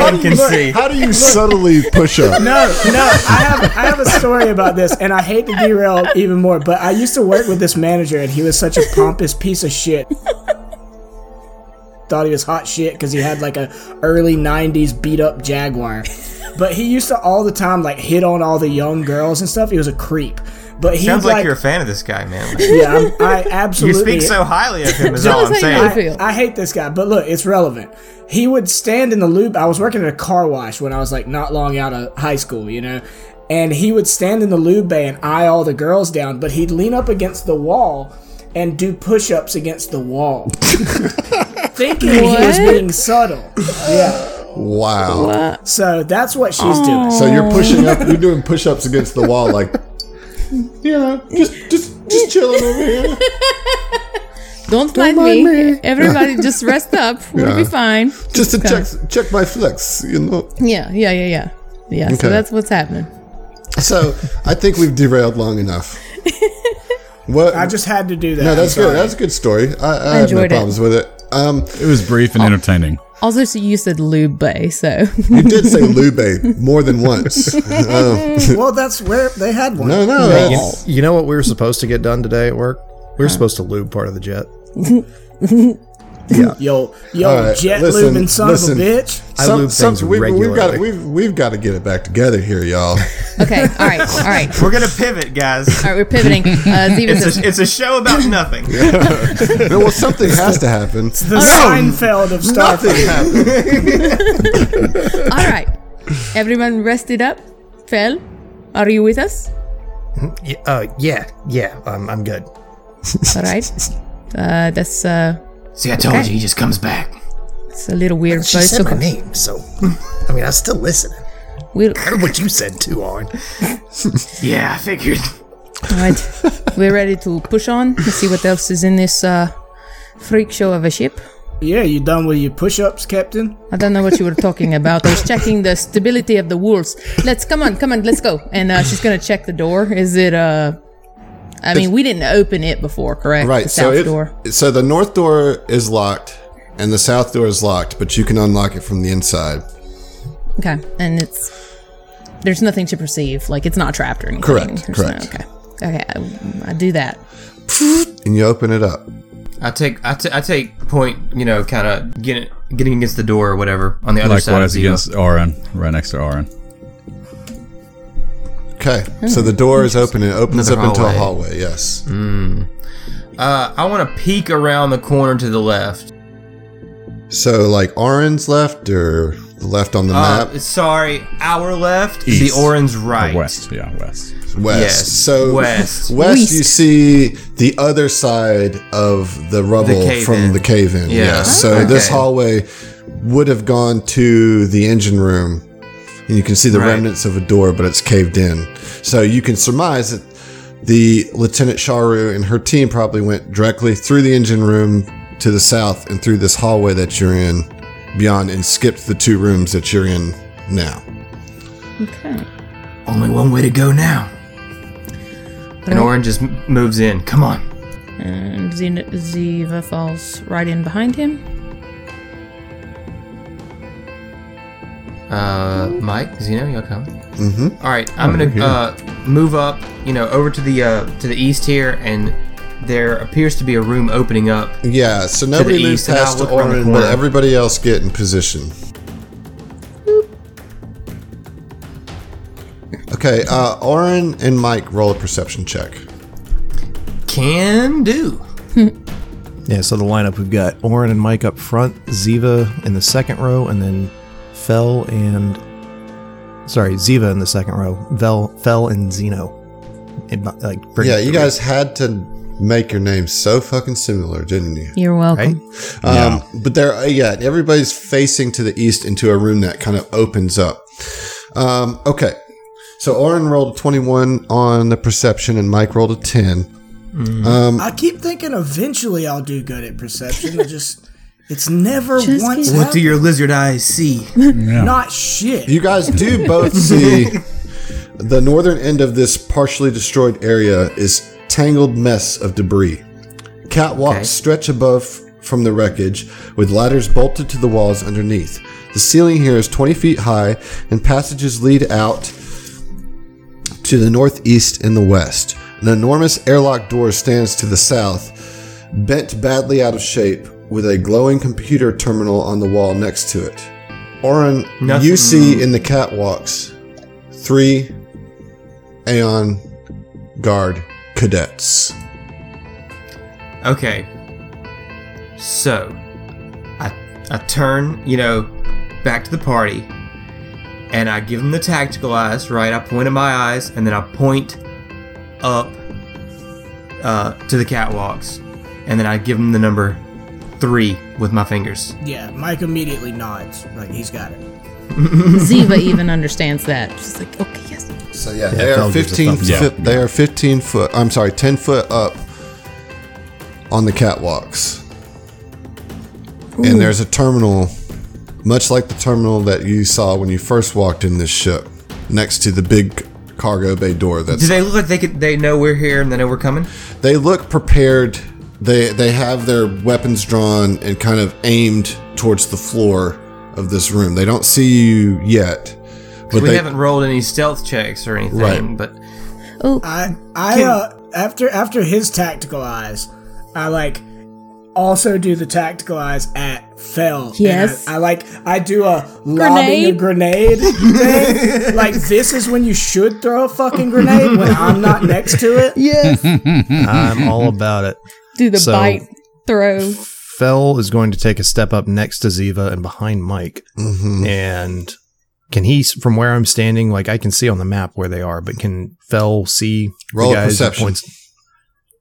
Speaker 3: one can see.
Speaker 2: How do you subtly push up?
Speaker 4: No, no, I have I have a story about this, and I hate to derail even more, but I used to work with this manager, and he was such a pompous piece of shit. Thought he was hot shit because he had like a early '90s beat up Jaguar, but he used to all the time like hit on all the young girls and stuff. He was a creep, but he
Speaker 3: Sounds
Speaker 4: like,
Speaker 3: like, you're a fan of this guy, man. Like,
Speaker 4: yeah, I'm- I
Speaker 3: you
Speaker 4: absolutely
Speaker 3: speak so highly of him, is
Speaker 1: Tell
Speaker 3: all
Speaker 1: us
Speaker 3: I'm
Speaker 1: how you
Speaker 3: saying.
Speaker 1: feel. Phil.
Speaker 4: I, I hate this guy, but look, it's relevant. He would stand in the loop. I was working at a car wash when I was like not long out of high school, you know. And he would stand in the lube bay and eye all the girls down, but he'd lean up against the wall and do push ups against the wall. Thinking he was
Speaker 1: What?
Speaker 4: being subtle. Yeah.
Speaker 2: Wow.
Speaker 4: So that's what
Speaker 2: Oh.
Speaker 4: she's doing.
Speaker 2: So you're pushing up. You're doing push-ups against the wall, like you know, just just just chilling over here.
Speaker 1: Don't, mind,
Speaker 2: mind
Speaker 1: me.
Speaker 2: me.
Speaker 1: Everybody, just rest up. We'll be fine.
Speaker 2: Just to check check my flex, you know.
Speaker 1: Yeah, yeah, yeah, yeah. Yeah, so
Speaker 2: Okay.
Speaker 1: that's what's happening.
Speaker 2: So I think we've derailed long enough. What?
Speaker 4: I just had to do that.
Speaker 2: no,
Speaker 4: I'm
Speaker 2: that's good.
Speaker 4: sorry.
Speaker 2: That's a good story. I, I have no
Speaker 1: enjoyed it.
Speaker 2: problems with it. Um,
Speaker 6: It was brief
Speaker 3: Oh,
Speaker 6: and entertaining.
Speaker 1: Also, so you said lube bay, so
Speaker 2: you did say Lube more than once. Um,
Speaker 4: well, that's where they had one.
Speaker 2: no, no,
Speaker 5: Hey, you,
Speaker 2: that's-
Speaker 5: you know what we were supposed to get done today at work? We were supposed to lube part of the jet.
Speaker 4: Yo, yo,
Speaker 2: All right,
Speaker 4: jet
Speaker 2: listen,
Speaker 4: lubing son
Speaker 2: listen.
Speaker 4: of a bitch.
Speaker 5: I lube things
Speaker 2: we've, we've got
Speaker 5: regularly.
Speaker 2: we've we've got to get it back together here, y'all.
Speaker 1: okay. All right, all right, all
Speaker 3: We're gonna pivot, guys.
Speaker 1: right. We're pivoting. Uh, Steven
Speaker 3: It's
Speaker 1: says,
Speaker 3: a, it's a show about nothing.
Speaker 2: no, well, something has to happen.
Speaker 4: The Seinfeld of
Speaker 2: Oh, Nothing
Speaker 4: Starfire.
Speaker 2: happened.
Speaker 1: "All right, everyone, rested up. Fell, are you with us?
Speaker 5: Yeah, uh, yeah, yeah. I'm, I'm good.
Speaker 1: All right. Uh, that's uh,
Speaker 7: See, I told you, he just comes back.
Speaker 1: it's a little weird,
Speaker 5: She
Speaker 1: but it's
Speaker 5: said my
Speaker 1: okay.
Speaker 5: name, so I mean, I'm still listening.
Speaker 1: We'll,
Speaker 5: I heard what you said too, Arn.
Speaker 7: Yeah, I figured.
Speaker 1: all right, we're ready to push on. Let's see what else is in this uh, freak show of a ship.
Speaker 4: Yeah, you done with your push-ups, Captain?
Speaker 1: I don't know what you were talking about. I was checking the stability of the walls. Let's come on, come on, let's go. And uh, she's gonna check the door. Is it uh? I mean, we didn't open it before, correct?
Speaker 2: Right.
Speaker 1: The
Speaker 2: So
Speaker 1: south
Speaker 2: it,
Speaker 1: door.
Speaker 2: so the north door is locked and the south door is locked, but you can unlock it from the inside.
Speaker 1: Okay, and it's there's nothing to perceive. Like it's not trapped or anything.
Speaker 2: Correct,
Speaker 1: There's no-
Speaker 2: correct.
Speaker 1: okay. Okay. I, I do that.
Speaker 2: And you open it up.
Speaker 3: I take I, t- I take point. You know, kind of getting getting against the door or whatever on the other side of
Speaker 6: Likewise
Speaker 3: the
Speaker 6: against Auron, right next to Auron.
Speaker 2: Okay. So
Speaker 1: Hmm.
Speaker 2: the door is open and it opens
Speaker 3: Another
Speaker 2: up into a
Speaker 3: hallway.
Speaker 2: hallway.
Speaker 3: Hmm.
Speaker 2: Yes.
Speaker 3: Uh, I want to peek around the corner to the left.
Speaker 2: So like orange left or the left on the
Speaker 3: Uh,
Speaker 2: map
Speaker 3: sorry, our left.
Speaker 6: East.
Speaker 3: The orange right.
Speaker 6: Or west, yeah, west.
Speaker 2: west.
Speaker 3: yes,
Speaker 2: so
Speaker 3: west.
Speaker 2: west you
Speaker 1: West.
Speaker 2: see the other side of the rubble
Speaker 3: cave
Speaker 2: from
Speaker 3: in.
Speaker 2: the cave in.
Speaker 3: Yeah.
Speaker 2: Yes. So
Speaker 3: Okay.
Speaker 2: this hallway would have gone to the engine room. And you can see the
Speaker 3: Right.
Speaker 2: remnants of a door, but it's caved in. So you can surmise that the Lieutenant Sharu and her team probably went directly through the engine room to the south and through this hallway that you're in beyond and skipped the two rooms that you're in now.
Speaker 1: Okay.
Speaker 7: Only one way to go now.
Speaker 3: And orange just m- moves in.
Speaker 7: Come on.
Speaker 1: And Zena- Ziva falls right in behind him.
Speaker 3: Uh, Mike, Zeno, y'all come. Mm-hmm. All right, I'm gonna uh, move up. You know, over to the uh, to the east here, and there appears to be a room opening up.
Speaker 2: Yeah, so nobody moves
Speaker 3: east, and I'll
Speaker 2: past the
Speaker 3: look around the
Speaker 2: orange, but
Speaker 3: corner.
Speaker 2: everybody else get in position. Okay, uh, Oren and Mike roll a perception check.
Speaker 3: Can do.
Speaker 8: Yeah, so the lineup we've got Oren and Mike up front, Ziva in the second row, and then Fell and sorry, Ziva in the second row, Vel, Fell and Zeno. In my- like bring
Speaker 2: Yeah,
Speaker 8: up
Speaker 2: you
Speaker 8: the rear.
Speaker 2: guys had to make your names so fucking similar, didn't you?
Speaker 1: You're welcome.
Speaker 2: Um, But there, uh, yeah, everybody's facing to the east into a room that kind of opens up. Um, okay, so Oren rolled a 21 on the perception, and Mike rolled a 10.
Speaker 7: Um,
Speaker 4: I keep thinking eventually I'll do good at perception. I just, it's never
Speaker 1: Just
Speaker 4: once.
Speaker 1: keep-
Speaker 7: What do your lizard eyes see?
Speaker 4: Not shit.
Speaker 2: You guys do both see the northern end of this partially destroyed area is tangled mess of debris. Catwalks stretch above from the wreckage, with ladders bolted to the walls underneath. The ceiling here is 20 feet high, and passages lead out to the northeast and the west. An enormous airlock door stands to the south, bent badly out of shape, with a glowing computer terminal on the wall next to it. Oren,
Speaker 3: Nothing-
Speaker 2: you see in the catwalks three Aeon Guard cadets.
Speaker 3: Okay. So, I I turn, you know, back to the party, and I give them the tactical eyes. Right, I point in my eyes, and then I point up uh, to the catwalks, and then I give them the number three with my fingers.
Speaker 4: Yeah, Mike immediately nods. Like, he's got it.
Speaker 1: Ziva even understands that. She's like, okay, yes.
Speaker 2: So yeah, they are
Speaker 8: Val gives a
Speaker 2: 15
Speaker 8: thumbs
Speaker 2: foot,
Speaker 6: up.
Speaker 2: they are 15 foot, I'm sorry, 10 foot up on the catwalks. And there's a terminal much like the terminal that you saw when you first walked in this ship next to the big cargo bay door. That's
Speaker 3: Do they look like they could? They know we're here and they know we're coming.
Speaker 2: they look prepared. They they have their weapons drawn and kind of aimed towards the floor of this room. They don't see you yet, but
Speaker 3: we
Speaker 2: they
Speaker 3: haven't rolled any stealth checks or anything.
Speaker 2: Right.
Speaker 3: But
Speaker 1: Oh,
Speaker 4: I I uh, after after his tactical eyes, I like also do the tactical eyes at Fell. and
Speaker 1: Yes.
Speaker 4: I, I like I do a lobbing a grenade thing. like this is when you should throw a fucking grenade when I'm not next to it.
Speaker 1: yes.
Speaker 5: I'm all about it.
Speaker 1: Do the
Speaker 5: So-
Speaker 1: bite throw.
Speaker 5: Fell is going to take a step up next to Ziva and behind Mike. Mm.
Speaker 2: Mhm.
Speaker 5: And can he, from where I'm standing, like I can see on the map where they are, but can Fell see
Speaker 2: Roll a
Speaker 5: the guys who
Speaker 2: perception.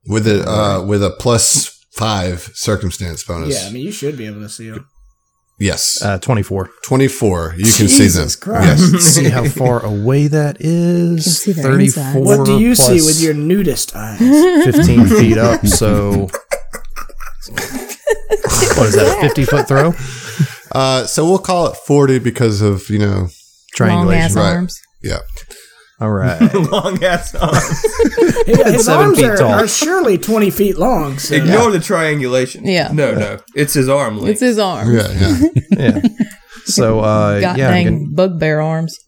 Speaker 2: with a uh, with a plus five circumstance bonus.
Speaker 4: Yeah, I mean you should be able to see him.
Speaker 2: yes,
Speaker 5: uh, 24.
Speaker 2: twenty four. You can see them.
Speaker 4: Jesus Christ.
Speaker 2: Yes,
Speaker 5: see how far away that
Speaker 1: Can
Speaker 5: is.
Speaker 1: see their insides.
Speaker 4: What do you see
Speaker 5: plus
Speaker 4: with your nudist eyes?
Speaker 5: 15 feet up? So. what is that? a 50 foot throw?
Speaker 2: uh, so we'll call it forty because of you know
Speaker 1: Long ass
Speaker 5: Triangulation.
Speaker 2: right.
Speaker 1: arms.
Speaker 2: yeah.
Speaker 5: All right.
Speaker 3: long ass arms.
Speaker 4: His
Speaker 5: Seven
Speaker 4: arms
Speaker 5: feet
Speaker 4: are,
Speaker 5: tall.
Speaker 4: are surely twenty feet long. So.
Speaker 3: Ignore the triangulation.
Speaker 1: Yeah.
Speaker 3: No, no, it's his arm. Length.
Speaker 1: It's his arms.
Speaker 2: Yeah, yeah.
Speaker 5: Yeah. So, uh,
Speaker 1: God
Speaker 5: yeah, I'm
Speaker 1: dang
Speaker 5: gonna-
Speaker 1: bugbear arms.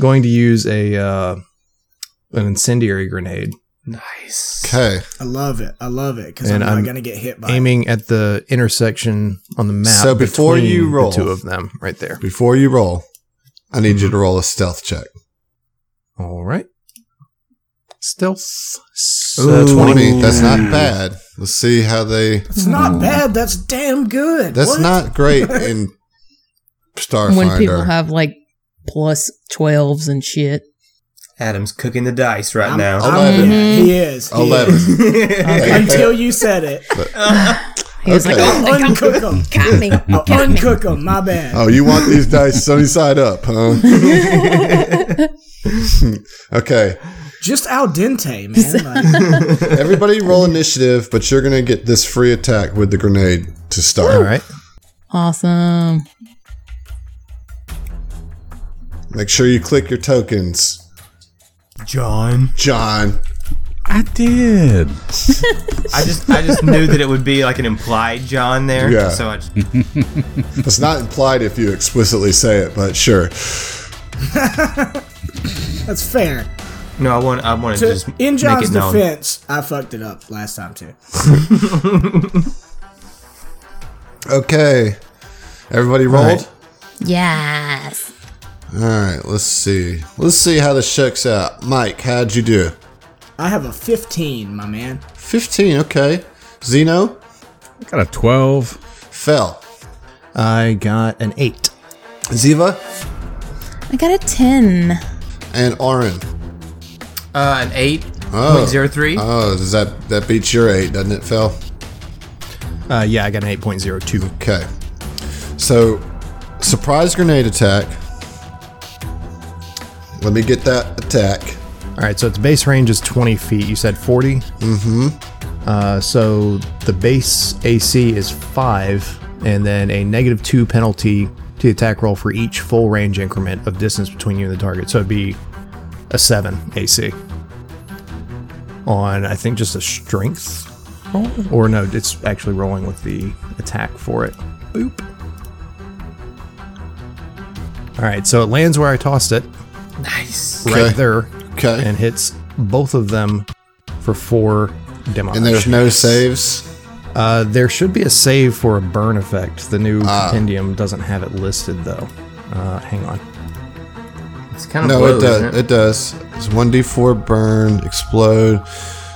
Speaker 5: going to use a uh, an incendiary grenade,
Speaker 3: nice.
Speaker 2: Okay.
Speaker 4: I love it. I love it because I'm
Speaker 5: And
Speaker 4: not
Speaker 5: I'm
Speaker 4: gonna get hit by it.
Speaker 5: aiming at the intersection on the map.
Speaker 2: So before
Speaker 5: between
Speaker 2: you roll-
Speaker 5: the two of them right there.
Speaker 2: Before you roll, I need you to roll a stealth check.
Speaker 5: All right, stealth.
Speaker 2: Uh,
Speaker 5: So
Speaker 2: 20. That's not bad. Let's see how they.
Speaker 4: It's not bad. That's damn good.
Speaker 2: That's
Speaker 4: What?
Speaker 2: not great in Starfinder.
Speaker 1: When people have like plus 12s and shit.
Speaker 3: Adam's cooking the dice right now.
Speaker 2: I'll- Eleven.
Speaker 4: yeah, he is. He
Speaker 2: 11.
Speaker 4: is. Until you said it.
Speaker 1: He was like,
Speaker 2: Okay.
Speaker 1: oh, they got me.
Speaker 4: Uncook them.
Speaker 1: Got me. Got me.
Speaker 4: Uncook them. My bad.
Speaker 2: oh, you want these dice sunny side up, huh? okay.
Speaker 4: Just al dente, man. Like,
Speaker 2: Everybody roll initiative, but you're going to get this free attack with the grenade to start.
Speaker 5: all right.
Speaker 1: Awesome.
Speaker 2: Make sure you click your tokens.
Speaker 3: John.
Speaker 2: John.
Speaker 6: I did.
Speaker 3: I just, I just knew that it would be like an implied John there.
Speaker 2: Yeah.
Speaker 3: So I just,
Speaker 2: It's not implied if you explicitly say it, but sure.
Speaker 4: that's fair.
Speaker 3: no, I want, I want to
Speaker 4: To-
Speaker 3: just
Speaker 4: in
Speaker 3: make
Speaker 4: John's
Speaker 3: it known.
Speaker 4: defense, I fucked it up last time too.
Speaker 2: Okay. Everybody rolled?
Speaker 1: Yes.
Speaker 2: All right, let's see. Let's see how this shakes out. Mike, how'd you do?
Speaker 4: I have a 15, my man.
Speaker 2: 15, okay. Zeno
Speaker 6: I got a 12.
Speaker 2: fell.
Speaker 5: I got an eight.
Speaker 2: Ziva
Speaker 1: I got a 10.
Speaker 2: and Oren.
Speaker 3: Uh, an eight
Speaker 2: Oh.
Speaker 3: point zero three.
Speaker 2: Oh, does that that beats your eight, doesn't it, Phil?
Speaker 5: Uh, yeah, I got an eight point zero two.
Speaker 2: Okay. So surprise grenade attack. Let me get that attack.
Speaker 5: All right, so its base range is twenty feet. You said forty. Mm-hmm. Uh, so the base AC is five, and then a negative two penalty to the attack roll for each full range increment of distance between you and the target. So it'd be a seven AC on I think just a strength roll, or no, it's actually rolling with the attack for it. Boop. All right, so it lands where I tossed it,
Speaker 3: Nice.
Speaker 2: Okay.
Speaker 5: right there
Speaker 2: Okay.
Speaker 5: and
Speaker 2: And,
Speaker 5: hits both of them for four demolish.
Speaker 2: there's no saves.
Speaker 5: uh, there should be a save for a burn effect. The new
Speaker 8: Ah.
Speaker 5: compendium doesn't have it listed though. Uh, hang on.
Speaker 3: It's kind of
Speaker 2: No,
Speaker 3: blue,
Speaker 2: it
Speaker 3: isn't
Speaker 2: does. It does. It's one d four burn explode.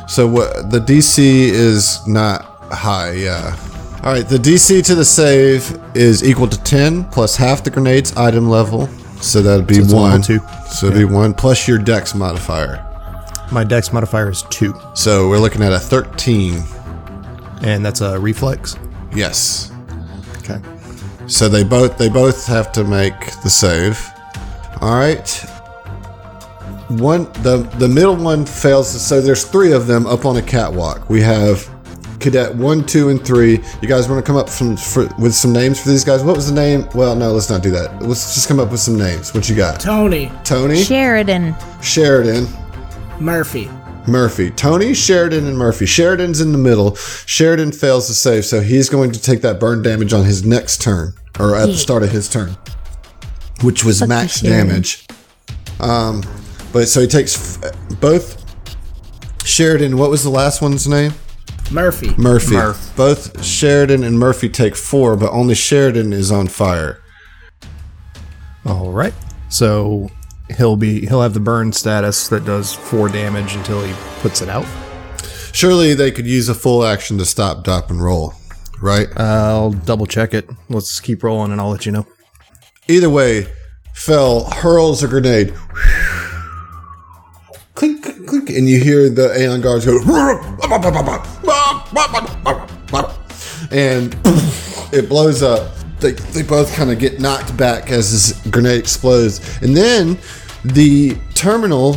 Speaker 2: So what the DC is not high. Yeah. All right. The DC to the save is equal to ten plus half the grenade's item level. So that'd be
Speaker 5: it's a level
Speaker 2: one.
Speaker 5: two.
Speaker 2: So it'd be one plus your dex modifier.
Speaker 5: My dex modifier is two,
Speaker 2: So we're looking at a thirteen.
Speaker 5: and that's a reflex.
Speaker 2: Yes.
Speaker 5: Okay.
Speaker 2: So they both they both have to make the save. All right. One the the middle one fails. So there's three of them up on a catwalk. We have Cadet one, two, and three. You guys want to come up from for, with some names for these guys? What was the name? Well, no, let's not do that. Let's just come up with some names. What you got?
Speaker 4: Tony
Speaker 2: Tony,
Speaker 1: Sheridan.
Speaker 2: Sheridan,
Speaker 4: Murphy.
Speaker 2: Murphy. Tony, Sheridan, and Murphy. Sheridan's in the middle. Sheridan fails to save, so he's going to take that burn damage on his next turn, or at the start of his turn, which was
Speaker 1: Fuck you,
Speaker 2: max
Speaker 1: Sheridan.
Speaker 2: damage. Um, but so he takes f- both. Sheridan, what was the last one's name?
Speaker 4: Murphy.
Speaker 2: Murphy.
Speaker 3: Murph.
Speaker 2: Both Sheridan and Murphy take four, but only Sheridan is on fire.
Speaker 8: All right. So he'll be he'll have the burn status that does four damage until he puts it out.
Speaker 2: Surely they could use a full action to stop, dop, and roll, right?
Speaker 8: I'll double check it. Let's keep rolling, and I'll let you know.
Speaker 2: Either way, Fell hurls a grenade. click, click, click, and you hear the Aeon guards go. And it blows up. They, they both kind of get knocked back as this grenade explodes. And then the terminal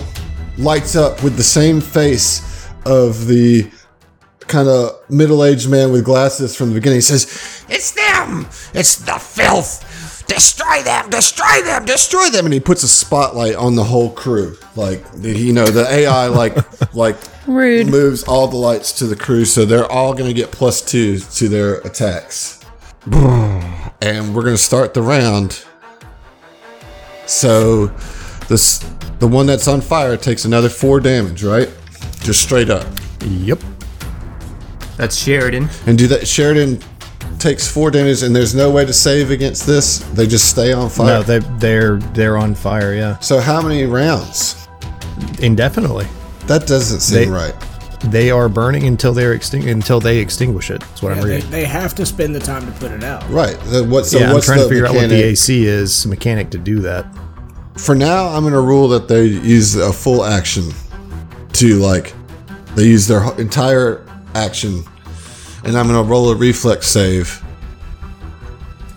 Speaker 2: lights up with the same face of the kind of middle-aged man with glasses from the beginning He says, "It's them! It's the filth! Destroy them! Destroy them! Destroy them!" And he puts a spotlight on the whole crew, like you know, the AI like like
Speaker 1: Rude.
Speaker 2: moves all the lights to the crew, so they're all going to get plus two to their attacks. And we're going to start the round. So this the one that's on fire takes another four damage, right? Just straight up.
Speaker 8: Yep.
Speaker 3: That's Sheridan.
Speaker 2: And do that. Sheridan takes four damage, and there's no way to save against this. They just stay on fire.
Speaker 8: No, they they're they're on fire. Yeah,
Speaker 2: so how many rounds?
Speaker 8: indefinitely.
Speaker 2: That doesn't seem
Speaker 8: They-
Speaker 2: right.
Speaker 8: They are burning until they're extinct until they extinguish it. That's what
Speaker 4: Yeah,
Speaker 8: I'm
Speaker 4: they,
Speaker 8: reading.
Speaker 4: they have to spend the time to put it out.
Speaker 2: Right. The, what, so
Speaker 8: yeah, I'm
Speaker 2: what's
Speaker 8: trying to
Speaker 2: the
Speaker 8: figure out what the
Speaker 2: mechanic?
Speaker 8: AC is mechanic to do that.
Speaker 2: For now, I'm going to rule that they use a full action to like they use their ho- entire action, and I'm going to roll a reflex save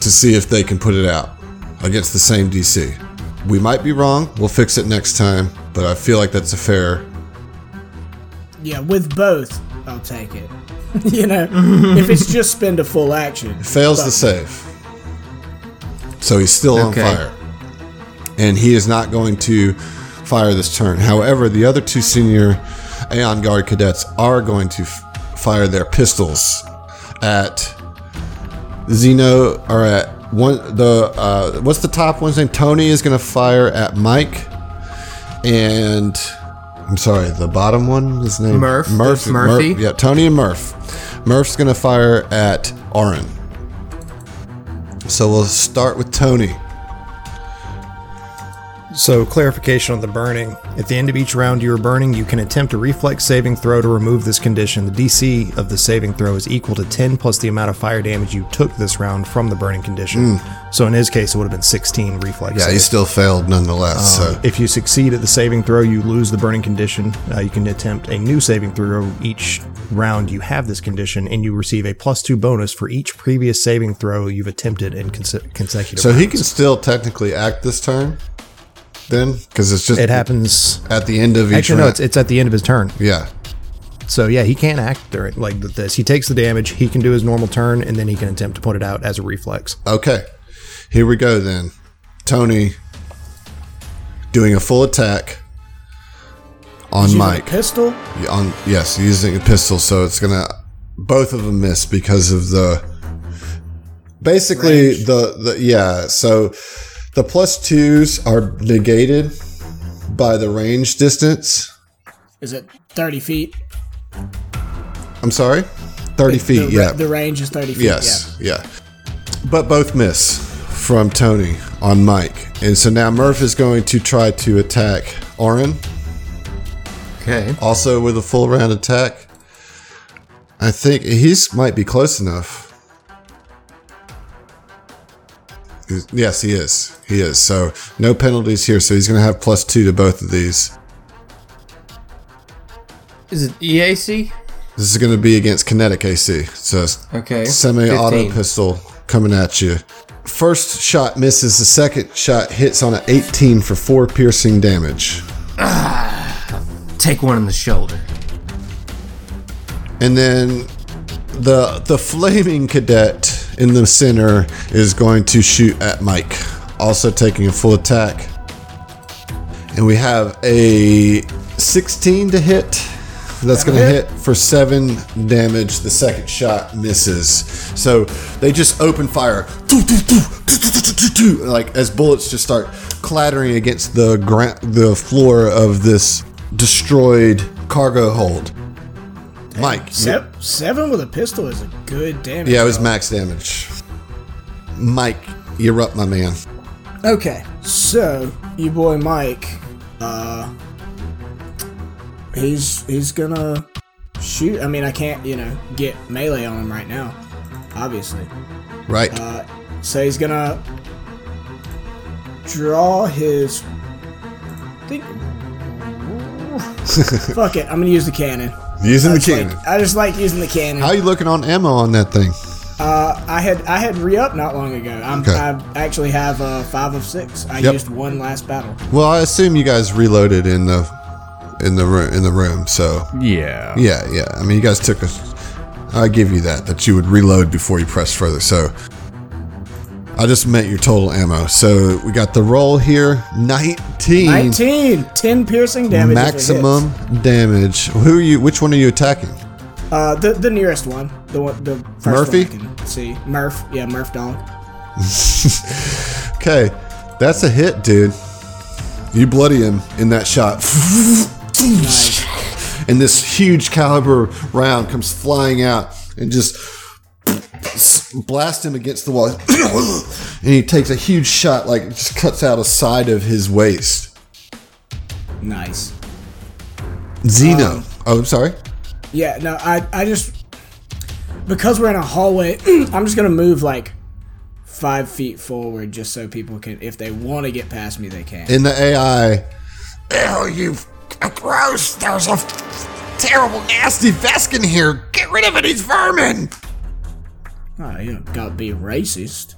Speaker 2: to see if they can put it out against the same DC. We might be wrong. We'll fix it next time, but I feel like that's a fair
Speaker 4: Yeah, with both, I'll take it. you know, if it's just spend a full action.
Speaker 2: fails the save. So he's still
Speaker 3: Okay.
Speaker 2: on fire. And he is not going to fire this turn. However, the other two senior Aeon Guard cadets are going to f- fire their pistols at Zeno or at one the uh, what's the top one's name? Tony is going to fire at Mike and I'm sorry, the bottom one is named
Speaker 3: Murph.
Speaker 2: Murph. Murph-
Speaker 3: Murphy.
Speaker 2: yeah, Tony and Murph. Murph's going to fire at Oren. So we'll start with Tony.
Speaker 8: So, clarification on the burning. At the end of each round you are burning, you can attempt a reflex saving throw to remove this condition. The DC of the saving throw is equal to 10 plus the amount of fire damage you took this round from the burning condition. So, in his case, it would have been 16 reflex.
Speaker 2: Yeah, he
Speaker 8: save.
Speaker 2: still failed nonetheless. so
Speaker 8: If you succeed at the saving throw, you lose the burning condition. Uh, you can attempt a new saving throw each round you have this condition, and you receive a plus two bonus for each previous saving throw you've attempted in conse- consecutive.
Speaker 2: so
Speaker 8: rounds.
Speaker 2: he can still technically act this turn, then because it's just
Speaker 8: It happens.
Speaker 2: at the end of each
Speaker 8: Actually, no,
Speaker 2: round.
Speaker 8: it's, it's at the end of his turn.
Speaker 2: yeah,
Speaker 8: So yeah, he can't act during like with this. He takes the damage. He can do his normal turn, and then he can attempt to put it out as a reflex.
Speaker 2: okay. Here we go then. Tony doing a full attack on
Speaker 4: Using a
Speaker 2: Mike.
Speaker 4: pistol.
Speaker 2: on yes using a pistol so it's gonna both of them miss because of the basically the, the yeah so the plus twos are negated by the range distance
Speaker 4: Is it 30 feet?
Speaker 2: i'm sorry 30
Speaker 4: The,
Speaker 2: feet
Speaker 4: ra-
Speaker 2: yeah
Speaker 4: the range is 30 feet.
Speaker 2: yes yeah. but both miss from tony on mike and so now murph is going to try to attack orin
Speaker 3: Okay.
Speaker 2: also with a full round attack i think he's might be close enough Is- yes he is he is so no penalties here so he's going to have plus two to both of these
Speaker 3: Is it E EAC?
Speaker 2: this is going to be against kinetic ac so it's
Speaker 3: Okay.
Speaker 2: semi-auto
Speaker 3: 15.
Speaker 2: pistol coming at you first shot misses the second shot hits on an 18 for four piercing damage
Speaker 3: Take one in the shoulder.
Speaker 2: And then the the flaming cadet in the center is going to shoot at Mike, also taking a full attack. And we have a 16 to hit. That's going to hit for seven damage. The second shot misses. So they just open fire, Doo, doo, doo, doo, doo, doo, doo, doo, doo, like as bullets just start clattering against the gra- the floor of this destroyed cargo hold. Mike, you're-
Speaker 4: Seven, seven with a pistol is a good damage.
Speaker 2: yeah, it was
Speaker 4: roll.
Speaker 2: max damage. Mike, you're up, my man.
Speaker 4: Okay, so your boy Mike, uh, he's he's gonna shoot. I mean, I can't you know get melee on him right now, obviously.
Speaker 2: Right.
Speaker 4: Uh, so he's gonna draw his. I think. Fuck it, I'm gonna use the cannon.
Speaker 2: Using
Speaker 4: I
Speaker 2: the
Speaker 4: just like-
Speaker 2: cannon.
Speaker 4: I just like using the cannon.
Speaker 2: How you looking on ammo on that thing?
Speaker 4: Uh, I had I had re up not long ago. I'm,
Speaker 2: Okay.
Speaker 4: I actually have uh, five of six. I
Speaker 2: Yep.
Speaker 4: used one last battle.
Speaker 2: Well, I assume you guys reloaded in the in the room in the room. So
Speaker 6: Yeah.
Speaker 2: yeah, yeah. I mean, you guys took a. I give you that that you would reload before you press further. So I just meant your total ammo. So we got the roll here, nineteen,
Speaker 4: 19, 10 piercing damage. if it hits.
Speaker 2: maximum damage. Who are you? Which one are you attacking?
Speaker 4: Uh, the the nearest one, the one the first
Speaker 2: Murphy?
Speaker 4: One I can see Murph, yeah, Murph Dong.
Speaker 2: Okay, that's a hit, dude. You bloody him in that shot.
Speaker 4: Nice.
Speaker 2: and this huge caliber round comes flying out and just blasts him against the wall. and he takes a huge shot, like just cuts out a side of his waist.
Speaker 4: Nice.
Speaker 2: Zeno. oh, I'm sorry.
Speaker 4: Yeah, no, I I just because we're in a hallway, I'm just gonna move like five feet forward just so people can, if they want to get past me, they can.
Speaker 2: In the AI.
Speaker 9: Ew, you f- gross. There's a f- terrible, nasty Vesk in here. Get rid of it. He's vermin.
Speaker 4: Oh, you don't gotta be racist.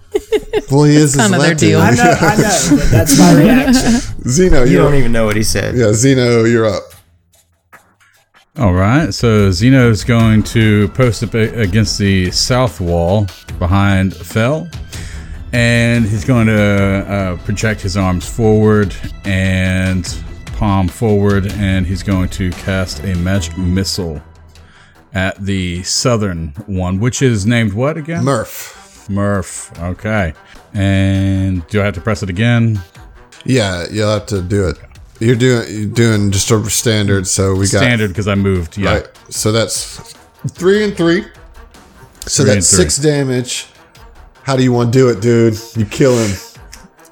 Speaker 2: Well, he is his
Speaker 1: Kind of their
Speaker 2: Latin.
Speaker 1: deal.
Speaker 4: I know, I know, but that's my reaction.
Speaker 2: Zeno,
Speaker 3: You
Speaker 2: you're
Speaker 3: don't
Speaker 2: up.
Speaker 3: even know what he said.
Speaker 2: Yeah, Zeno, you're up.
Speaker 6: All right. So Zeno's going to post up a- against the south wall behind Fell, and he's going to uh, project his arms forward and palm forward, and he's going to cast a magic missile at the southern one, which is named what again?
Speaker 2: Murph.
Speaker 6: Murph. Okay. And do I have to press it again?
Speaker 2: Yeah, you'll have to do it. You're doing you're doing just a standard, so we got
Speaker 6: Standard because I moved. Yeah.
Speaker 2: Right. So that's three and three. So
Speaker 6: Three
Speaker 2: that's
Speaker 6: and three.
Speaker 2: six damage. How do you want to do it, dude? You kill him.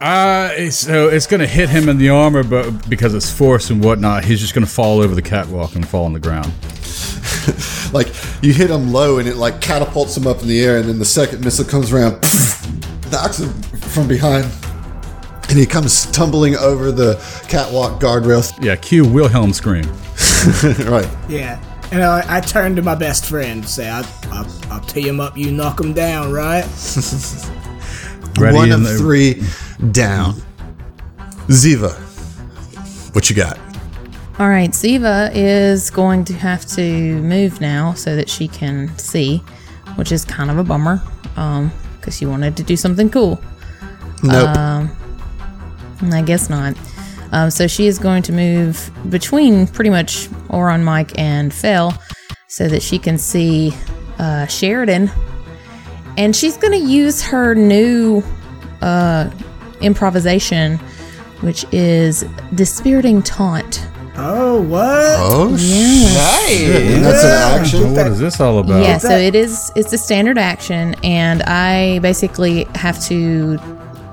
Speaker 6: Uh, so it's gonna hit him in the armor, but because it's force and whatnot, he's just gonna fall over the catwalk and fall on the ground.
Speaker 2: Like you hit him low, and it like catapults him up in the air, and then the second missile comes around, knocks him from behind, and he comes tumbling over the catwalk guardrail.
Speaker 6: Yeah, cue Wilhelm scream.
Speaker 2: right.
Speaker 4: Yeah. And I, I turned to my best friend and say, I, I, I'll tee him up, you knock him down, right?
Speaker 6: Ready
Speaker 2: One
Speaker 6: in
Speaker 2: of
Speaker 6: the-
Speaker 2: three down. Ziva, what you got?
Speaker 1: All right, Ziva is going to have to move now so that she can see, which is kind of a bummer um, because she wanted to do something cool. Um,
Speaker 2: Nope.
Speaker 1: I guess not. Um, so she is going to move between pretty much Oron Mike and Fel so that she can see uh, Sheridan. And she's going to use her new uh, improvisation, which is Dispiriting Taunt.
Speaker 4: Oh, what?
Speaker 2: oh, shit. That's an action.
Speaker 6: Well, what is this all about?
Speaker 1: Yeah, so it is. It's a standard action, and I basically have to.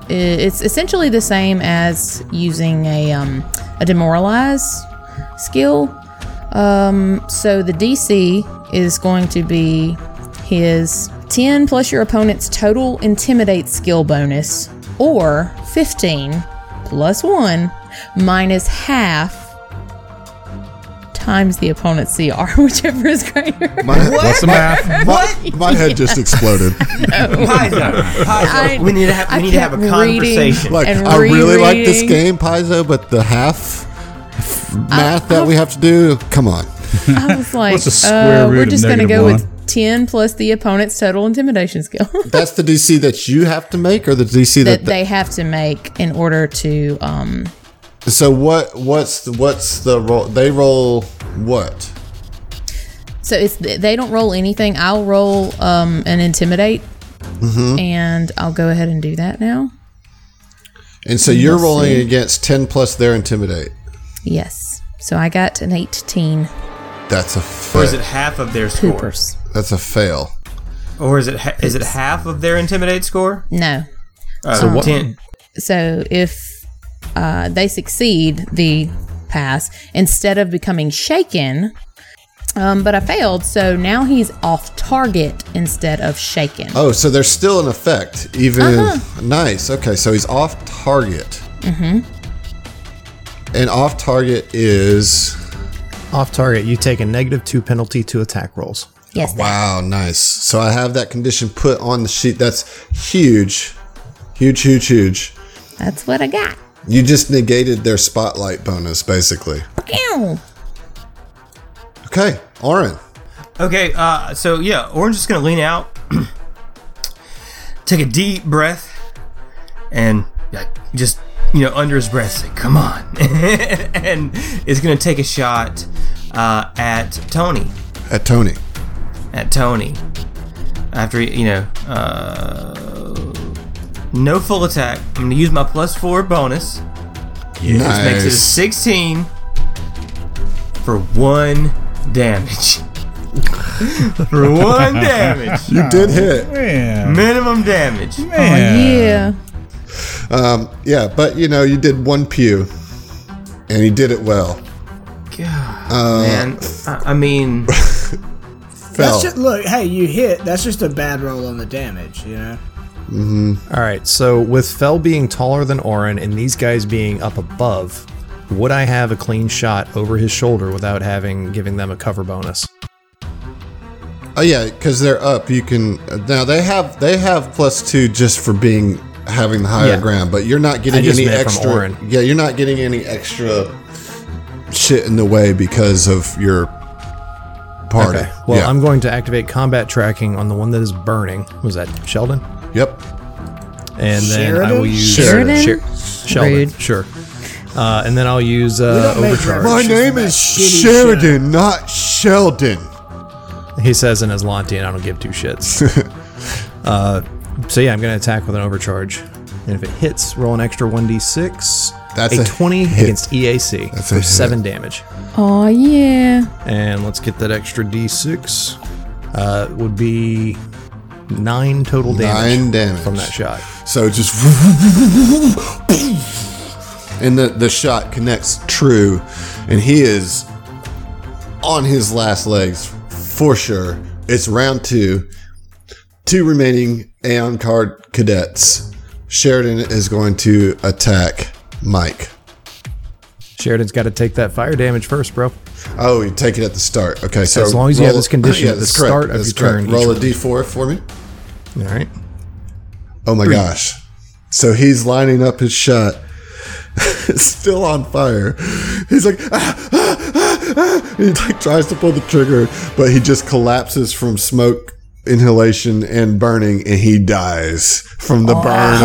Speaker 1: i- It's essentially the same as using a um, a demoralize skill. Um, so the DC is going to be his 10 plus your opponent's total intimidate skill bonus, or 15 plus one minus half times the opponent's CR, whichever is greater.
Speaker 2: My,
Speaker 6: What's the math?
Speaker 2: my, my head just exploded.
Speaker 3: Paizo, Paizo, we need to have
Speaker 1: I
Speaker 3: we need to have a
Speaker 1: kept reading.
Speaker 3: conversation.
Speaker 2: Like
Speaker 1: And
Speaker 2: I really like this
Speaker 1: rereading.
Speaker 2: game, Paizo, but the half math that we have to do, come on.
Speaker 1: I was like,
Speaker 6: What's the
Speaker 1: uh,
Speaker 6: square root
Speaker 1: we're
Speaker 6: of
Speaker 1: just going to
Speaker 6: negative
Speaker 1: go
Speaker 6: one?
Speaker 1: with 10 plus the opponent's total intimidation skill
Speaker 2: That's the DC that you have to make, or the DC that,
Speaker 1: that they have to make in order to um,
Speaker 2: So what? What's the, what's the roll? They roll what?
Speaker 1: So it's they don't roll anything. I'll roll um, an intimidate, and I'll go ahead and do that now.
Speaker 2: And so you're rolling against ten plus their intimidate.
Speaker 1: Yes. So I got an eighteen.
Speaker 2: That's a
Speaker 3: Or is it
Speaker 2: fail.
Speaker 3: half of their score?
Speaker 1: Poopers.
Speaker 2: That's a fail.
Speaker 3: Or is it ha- is it half of their intimidate score?
Speaker 1: No.
Speaker 3: so
Speaker 5: what-
Speaker 3: Ten.
Speaker 1: So if uh, they succeed the pass, instead of becoming shaken, um, but I failed. So now he's off target instead of shaken.
Speaker 2: Oh, so they're still in effect. Even nice. Okay, so he's off target. Mm-hmm. And off target is
Speaker 8: Off target, you take a negative two penalty to attack rolls.
Speaker 1: yes. that-
Speaker 2: wow, nice. So I have that condition put on the sheet. That's huge, huge, huge, huge.
Speaker 1: That's what I got.
Speaker 2: You just negated their spotlight bonus, basically.
Speaker 1: Pew!
Speaker 2: Okay, Oren.
Speaker 3: Okay, uh, so yeah, Orange is gonna lean out, take a deep breath, and like just you know under his breath say, "Come on," and is gonna take a shot uh, at Tony.
Speaker 2: At Tony.
Speaker 3: At Tony, after he, you know, uh, no full attack. I'm gonna use my plus four bonus, which makes it a
Speaker 2: Nice.
Speaker 3: 16 for one damage. for one damage.
Speaker 2: You did hit.
Speaker 6: Man,
Speaker 3: Minimum damage.
Speaker 6: Uh,
Speaker 1: Yeah.
Speaker 2: Um, yeah, but you know, you did one pew, and he did it well.
Speaker 3: God, man. I, I mean,
Speaker 2: Fell.
Speaker 4: That's just look. Hey, you hit. That's just a bad roll on the damage. You know.
Speaker 8: All right, so with Fell being taller than Orin and these guys being up above, would I have a clean shot over his shoulder without having giving them a cover bonus?
Speaker 2: oh yeah, because they're up. You can now they have they have plus two just for being having the higher
Speaker 8: Yeah.
Speaker 2: ground, but you're not getting
Speaker 8: I just
Speaker 2: any
Speaker 8: meant from
Speaker 2: extra.
Speaker 8: Oren.
Speaker 2: Yeah, you're not getting any extra shit in the way because of your party.
Speaker 8: Okay. Well,
Speaker 2: yeah.
Speaker 8: I'm going to activate combat tracking on the one that is burning. Was that Sheldon?
Speaker 2: Yep.
Speaker 8: And then I will
Speaker 4: Sheridan?
Speaker 8: use
Speaker 1: Sheridan?
Speaker 8: Sher- Sheldon.
Speaker 1: Rude.
Speaker 8: Sure. Uh, and then I'll use uh,
Speaker 4: make reference-
Speaker 8: overcharge.
Speaker 2: My
Speaker 4: She's
Speaker 2: name
Speaker 4: that
Speaker 2: is
Speaker 4: shitty
Speaker 2: Sheridan, not Sheldon.
Speaker 8: He says in Islantian, I don't give two shits. uh, so yeah, I'm going to attack with an overcharge. And if it hits, roll an extra 1d6.
Speaker 2: That's
Speaker 8: a,
Speaker 2: a
Speaker 8: 20
Speaker 2: hit.
Speaker 8: against E EAC
Speaker 2: That's a
Speaker 8: for
Speaker 2: hit.
Speaker 8: 7 damage.
Speaker 1: Oh yeah.
Speaker 8: And let's get that extra d6. Uh, would be 9 total damage,
Speaker 2: Nine damage
Speaker 8: from that shot.
Speaker 2: So just and the the shot connects true, and he is on his last legs for sure. It's round two, two remaining Aeon card cadets. Sheridan is going to attack Mike.
Speaker 8: Sheridan's got to take that fire damage first, bro.
Speaker 2: Oh, you take it at the start. Okay, so
Speaker 8: As long as you have
Speaker 2: roll-
Speaker 8: this condition at the
Speaker 2: that's correct.
Speaker 8: start of
Speaker 2: That's
Speaker 8: your
Speaker 2: correct.
Speaker 8: turn each
Speaker 2: Roll a
Speaker 8: round.
Speaker 2: d4 for me.
Speaker 8: All right.
Speaker 2: Oh my gosh. So he's lining up his shot. it's still on fire. He's like, "Ah, ah, ah, ah," he like tries to pull the trigger, but he just collapses from smoke inhalation and burning, and he dies from the burn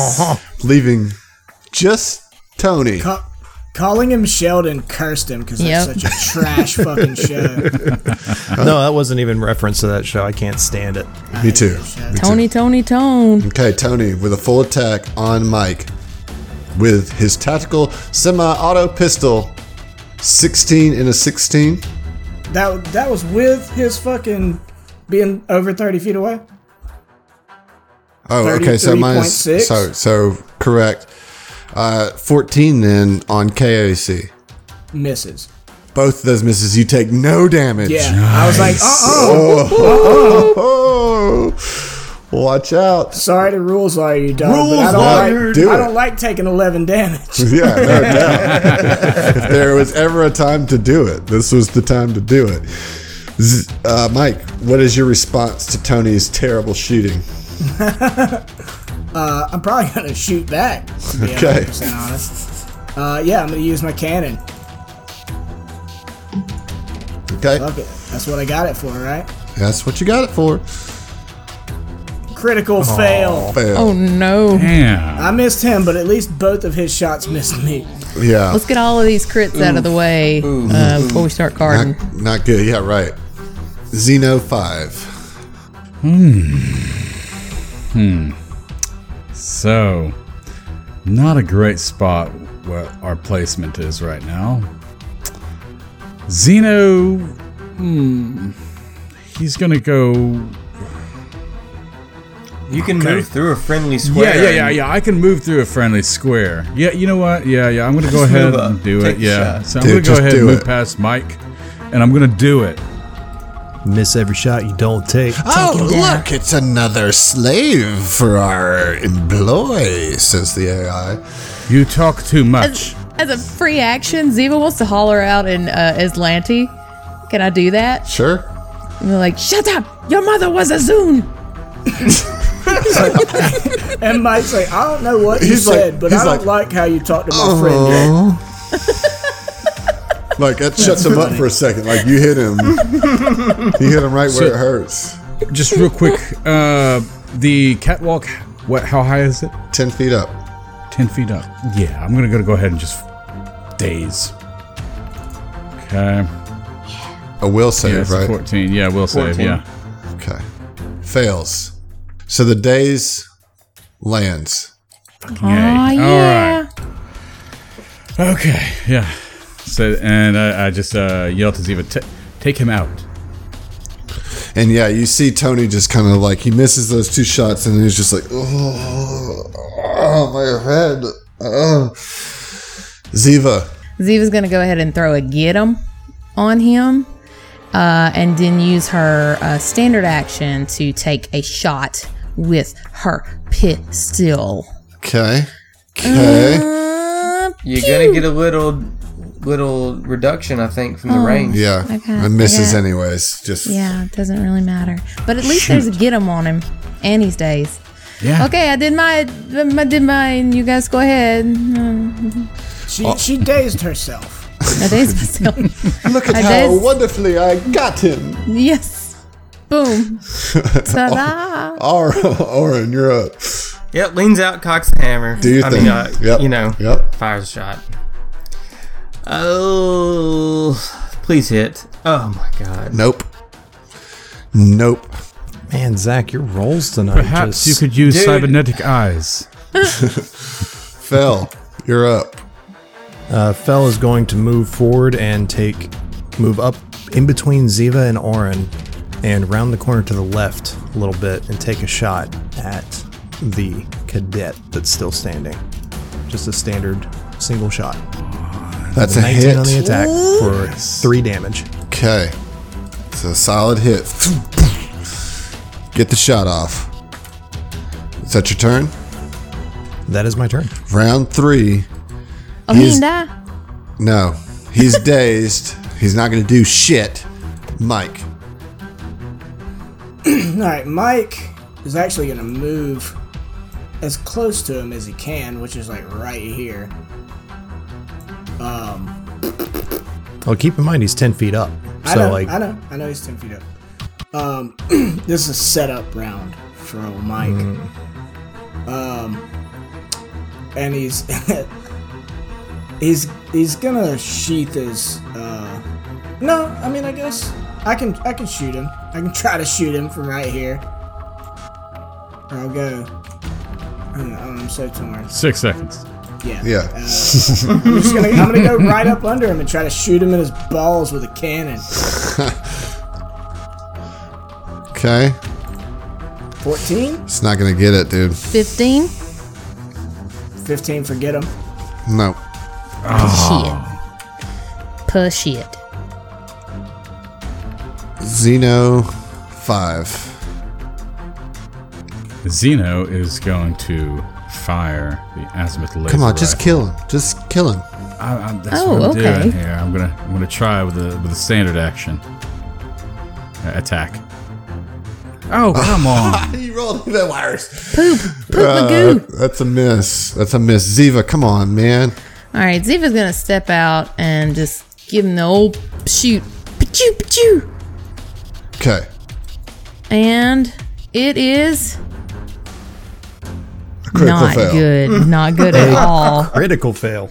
Speaker 2: effect. Leaving just Tony.
Speaker 4: Ca- calling him Sheldon cursed him because
Speaker 1: Yep.
Speaker 4: that's such a trash fucking show.
Speaker 8: No, that wasn't even reference to that show. I can't stand it.
Speaker 2: Me too.
Speaker 1: Tony, Tony, Tone.
Speaker 2: Okay, Tony with a full attack on Mike with his tactical semi-auto pistol. 16 and a 16.
Speaker 4: That that was with his fucking being over thirty feet away.
Speaker 2: Oh, okay. So minus
Speaker 4: 33.6.
Speaker 2: so so correct. Uh, fourteen then on KOC.
Speaker 4: Misses.
Speaker 2: Both of those misses, you take no damage.
Speaker 4: Yeah, I was like, uh oh.
Speaker 2: Oh, watch out.
Speaker 4: Sorry, the rules are you dog, but
Speaker 2: Rules
Speaker 4: I don't
Speaker 2: lawyer,
Speaker 4: like
Speaker 2: do
Speaker 4: I
Speaker 2: it.
Speaker 4: don't like taking eleven damage.
Speaker 2: Yeah, no doubt. if there was ever a time to do it, this was the time to do it. Z- Uh, Mike, what is your response to Tony's terrible shooting?
Speaker 4: I'm probably gonna shoot back. To be
Speaker 2: Okay.
Speaker 4: 100% honest. Uh, yeah, I'm gonna use my cannon.
Speaker 2: Okay.
Speaker 4: Fuck it. That's what I got it for, right?
Speaker 2: That's what you got it for.
Speaker 4: Critical fail.
Speaker 2: Fail.
Speaker 1: Oh no.
Speaker 6: Damn.
Speaker 4: I missed him, but at least both of his shots missed me.
Speaker 2: Yeah.
Speaker 1: Let's get all of these crits out of the way uh, before we start carding.
Speaker 2: Not, not good. Yeah, right. Xeno 5.
Speaker 6: So, not a great spot where our placement is right now. Zeno, hmm, he's gonna go
Speaker 3: You can move through a friendly
Speaker 6: Yeah,
Speaker 3: square.
Speaker 6: yeah, yeah,
Speaker 3: and-
Speaker 6: yeah. I can move through a friendly square. Yeah, you know what? Yeah, yeah. I'm gonna go
Speaker 3: Just
Speaker 6: ahead
Speaker 3: move up.
Speaker 6: and do
Speaker 3: Take
Speaker 6: it.
Speaker 3: the
Speaker 6: Yeah.
Speaker 3: shot.
Speaker 6: So I'm
Speaker 2: Dude,
Speaker 6: gonna
Speaker 2: just
Speaker 6: go ahead and
Speaker 2: do
Speaker 6: move
Speaker 2: it.
Speaker 6: past Mike, and I'm gonna do it.
Speaker 8: Miss every shot you don't take.
Speaker 2: Oh, look, it's another slave for our employ, says the AI.
Speaker 6: You talk too much.
Speaker 1: As, as a free action, Ziva wants to holler out in uh, Aslanti. Can I do that?
Speaker 2: Sure.
Speaker 1: And they're like, shut up! Your mother was a Zune!
Speaker 4: And Mike's like, I don't know what you
Speaker 2: He's like-
Speaker 4: said, but I
Speaker 2: he's
Speaker 4: don't like, how you talked to my friend. Jake."
Speaker 2: Oh. like, that shuts him up for a second. Like, you hit him. you hit him right where it hurts.
Speaker 6: Just real quick, uh, the catwalk. What? How high is it?
Speaker 2: 10 feet up.
Speaker 6: Ten feet up. Yeah, I'm gonna go go ahead and just daze. Okay.
Speaker 2: A will
Speaker 6: Yeah,
Speaker 2: save,
Speaker 6: it's a
Speaker 2: right?
Speaker 6: fourteen. Yeah, we'll save.
Speaker 3: 14.
Speaker 6: Yeah.
Speaker 2: Okay. Fails. So the days lands.
Speaker 1: Aw,
Speaker 6: Yay.
Speaker 1: yeah.
Speaker 6: Okay. Yeah. So and I, I just uh, yelled to Ziva, "Ta- take him out.
Speaker 2: And yeah, you see Tony just kind of like he misses those two shots and he's just like, oh, oh, my head. Oh. Ziva.
Speaker 1: Ziva's gonna go ahead and throw a get him on him, uh, and then use her uh, standard action to take a shot with her pistol.
Speaker 2: Okay. Okay.
Speaker 1: Uh,
Speaker 3: You're gonna get a little little reduction, I think, from the
Speaker 6: Oh.
Speaker 3: range.
Speaker 2: yeah.
Speaker 1: I got-
Speaker 2: It misses
Speaker 1: I got-
Speaker 2: anyways. Just
Speaker 1: yeah, it doesn't really matter, but at least there's a get him on him, and he's dazed.
Speaker 6: Yeah.
Speaker 1: Okay, I did my, I did mine. You guys go ahead. Mm,
Speaker 4: She
Speaker 2: Uh.
Speaker 4: she dazed herself.
Speaker 1: I dazed myself.
Speaker 2: look at
Speaker 1: I
Speaker 2: how
Speaker 1: did-
Speaker 2: wonderfully I got him.
Speaker 1: yes, boom, ta-da!
Speaker 2: Or Orin, you're up.
Speaker 3: Yep, leans out, cocks the hammer.
Speaker 2: Do your
Speaker 3: I
Speaker 2: thing.
Speaker 3: mean, uh,
Speaker 2: Yep,
Speaker 3: you know,
Speaker 2: yep.
Speaker 3: fires a shot. Oh, please hit. Oh my god.
Speaker 2: Nope. Nope.
Speaker 8: Man, Zach, your rolls tonight.
Speaker 6: Perhaps
Speaker 8: just-
Speaker 6: you could use
Speaker 3: Dude.
Speaker 6: cybernetic eyes.
Speaker 2: Fell. You're up.
Speaker 8: Uh, Fell is going to move forward and take move up in between Ziva and Orin, and round the corner to the left a little bit and take a shot at the cadet that's still standing. Just a standard single shot.
Speaker 2: That's a
Speaker 8: 19
Speaker 2: hit.
Speaker 8: on the attack for three damage.
Speaker 2: Okay. It's a solid hit. Get the shot off. Is that your turn?
Speaker 8: That is my turn.
Speaker 2: Round three.
Speaker 1: Oh,
Speaker 2: He's-
Speaker 1: he die.
Speaker 2: No. He's dazed. He's not going to do shit. Mike.
Speaker 4: All right, Mike is actually gonna move as close to him as he can, which is like right here. Um,
Speaker 8: Well, keep in mind he's ten feet up,
Speaker 4: I
Speaker 8: so
Speaker 4: know,
Speaker 8: like
Speaker 4: I know, I know he's ten feet up. Um, this is a setup round for old Mike.
Speaker 8: Mm-hmm.
Speaker 4: Um, and he's he's he's gonna sheath his. Uh, no, I mean I guess I can I can shoot him. I can try to shoot him from right here. Or I'll go. I don't know, oh, I'm so torn.
Speaker 6: Six seconds.
Speaker 4: Yeah.
Speaker 2: Yeah.
Speaker 4: I'm just gonna I'm gonna go right up under him and try to shoot him in his balls with a cannon.
Speaker 2: Okay.
Speaker 4: 14?
Speaker 2: It's not going to get it, dude.
Speaker 1: 15?
Speaker 4: 15, forget him.
Speaker 2: No.
Speaker 1: Shit. Push it.
Speaker 2: Xeno. Five.
Speaker 6: Zeno is going to fire the azimuth laser.
Speaker 2: Come on, just
Speaker 6: rifle.
Speaker 2: kill him. Just kill him.
Speaker 6: I, I, that's
Speaker 1: Oh,
Speaker 6: what I'm
Speaker 1: okay.
Speaker 6: doing here. I'm gonna I'm gonna try with a with a standard action Uh, attack. Oh come on!
Speaker 2: He rolled even worse.
Speaker 1: Poop. Poop Magoo.
Speaker 2: that's a miss. That's a miss. Ziva, come on, man.
Speaker 1: All right, Ziva's gonna step out and just give him the old shoot. Pachoo, pachoo.
Speaker 2: Okay.
Speaker 1: And it is
Speaker 2: Critical
Speaker 1: not
Speaker 2: fail.
Speaker 1: good. Not good at all.
Speaker 5: Critical fail.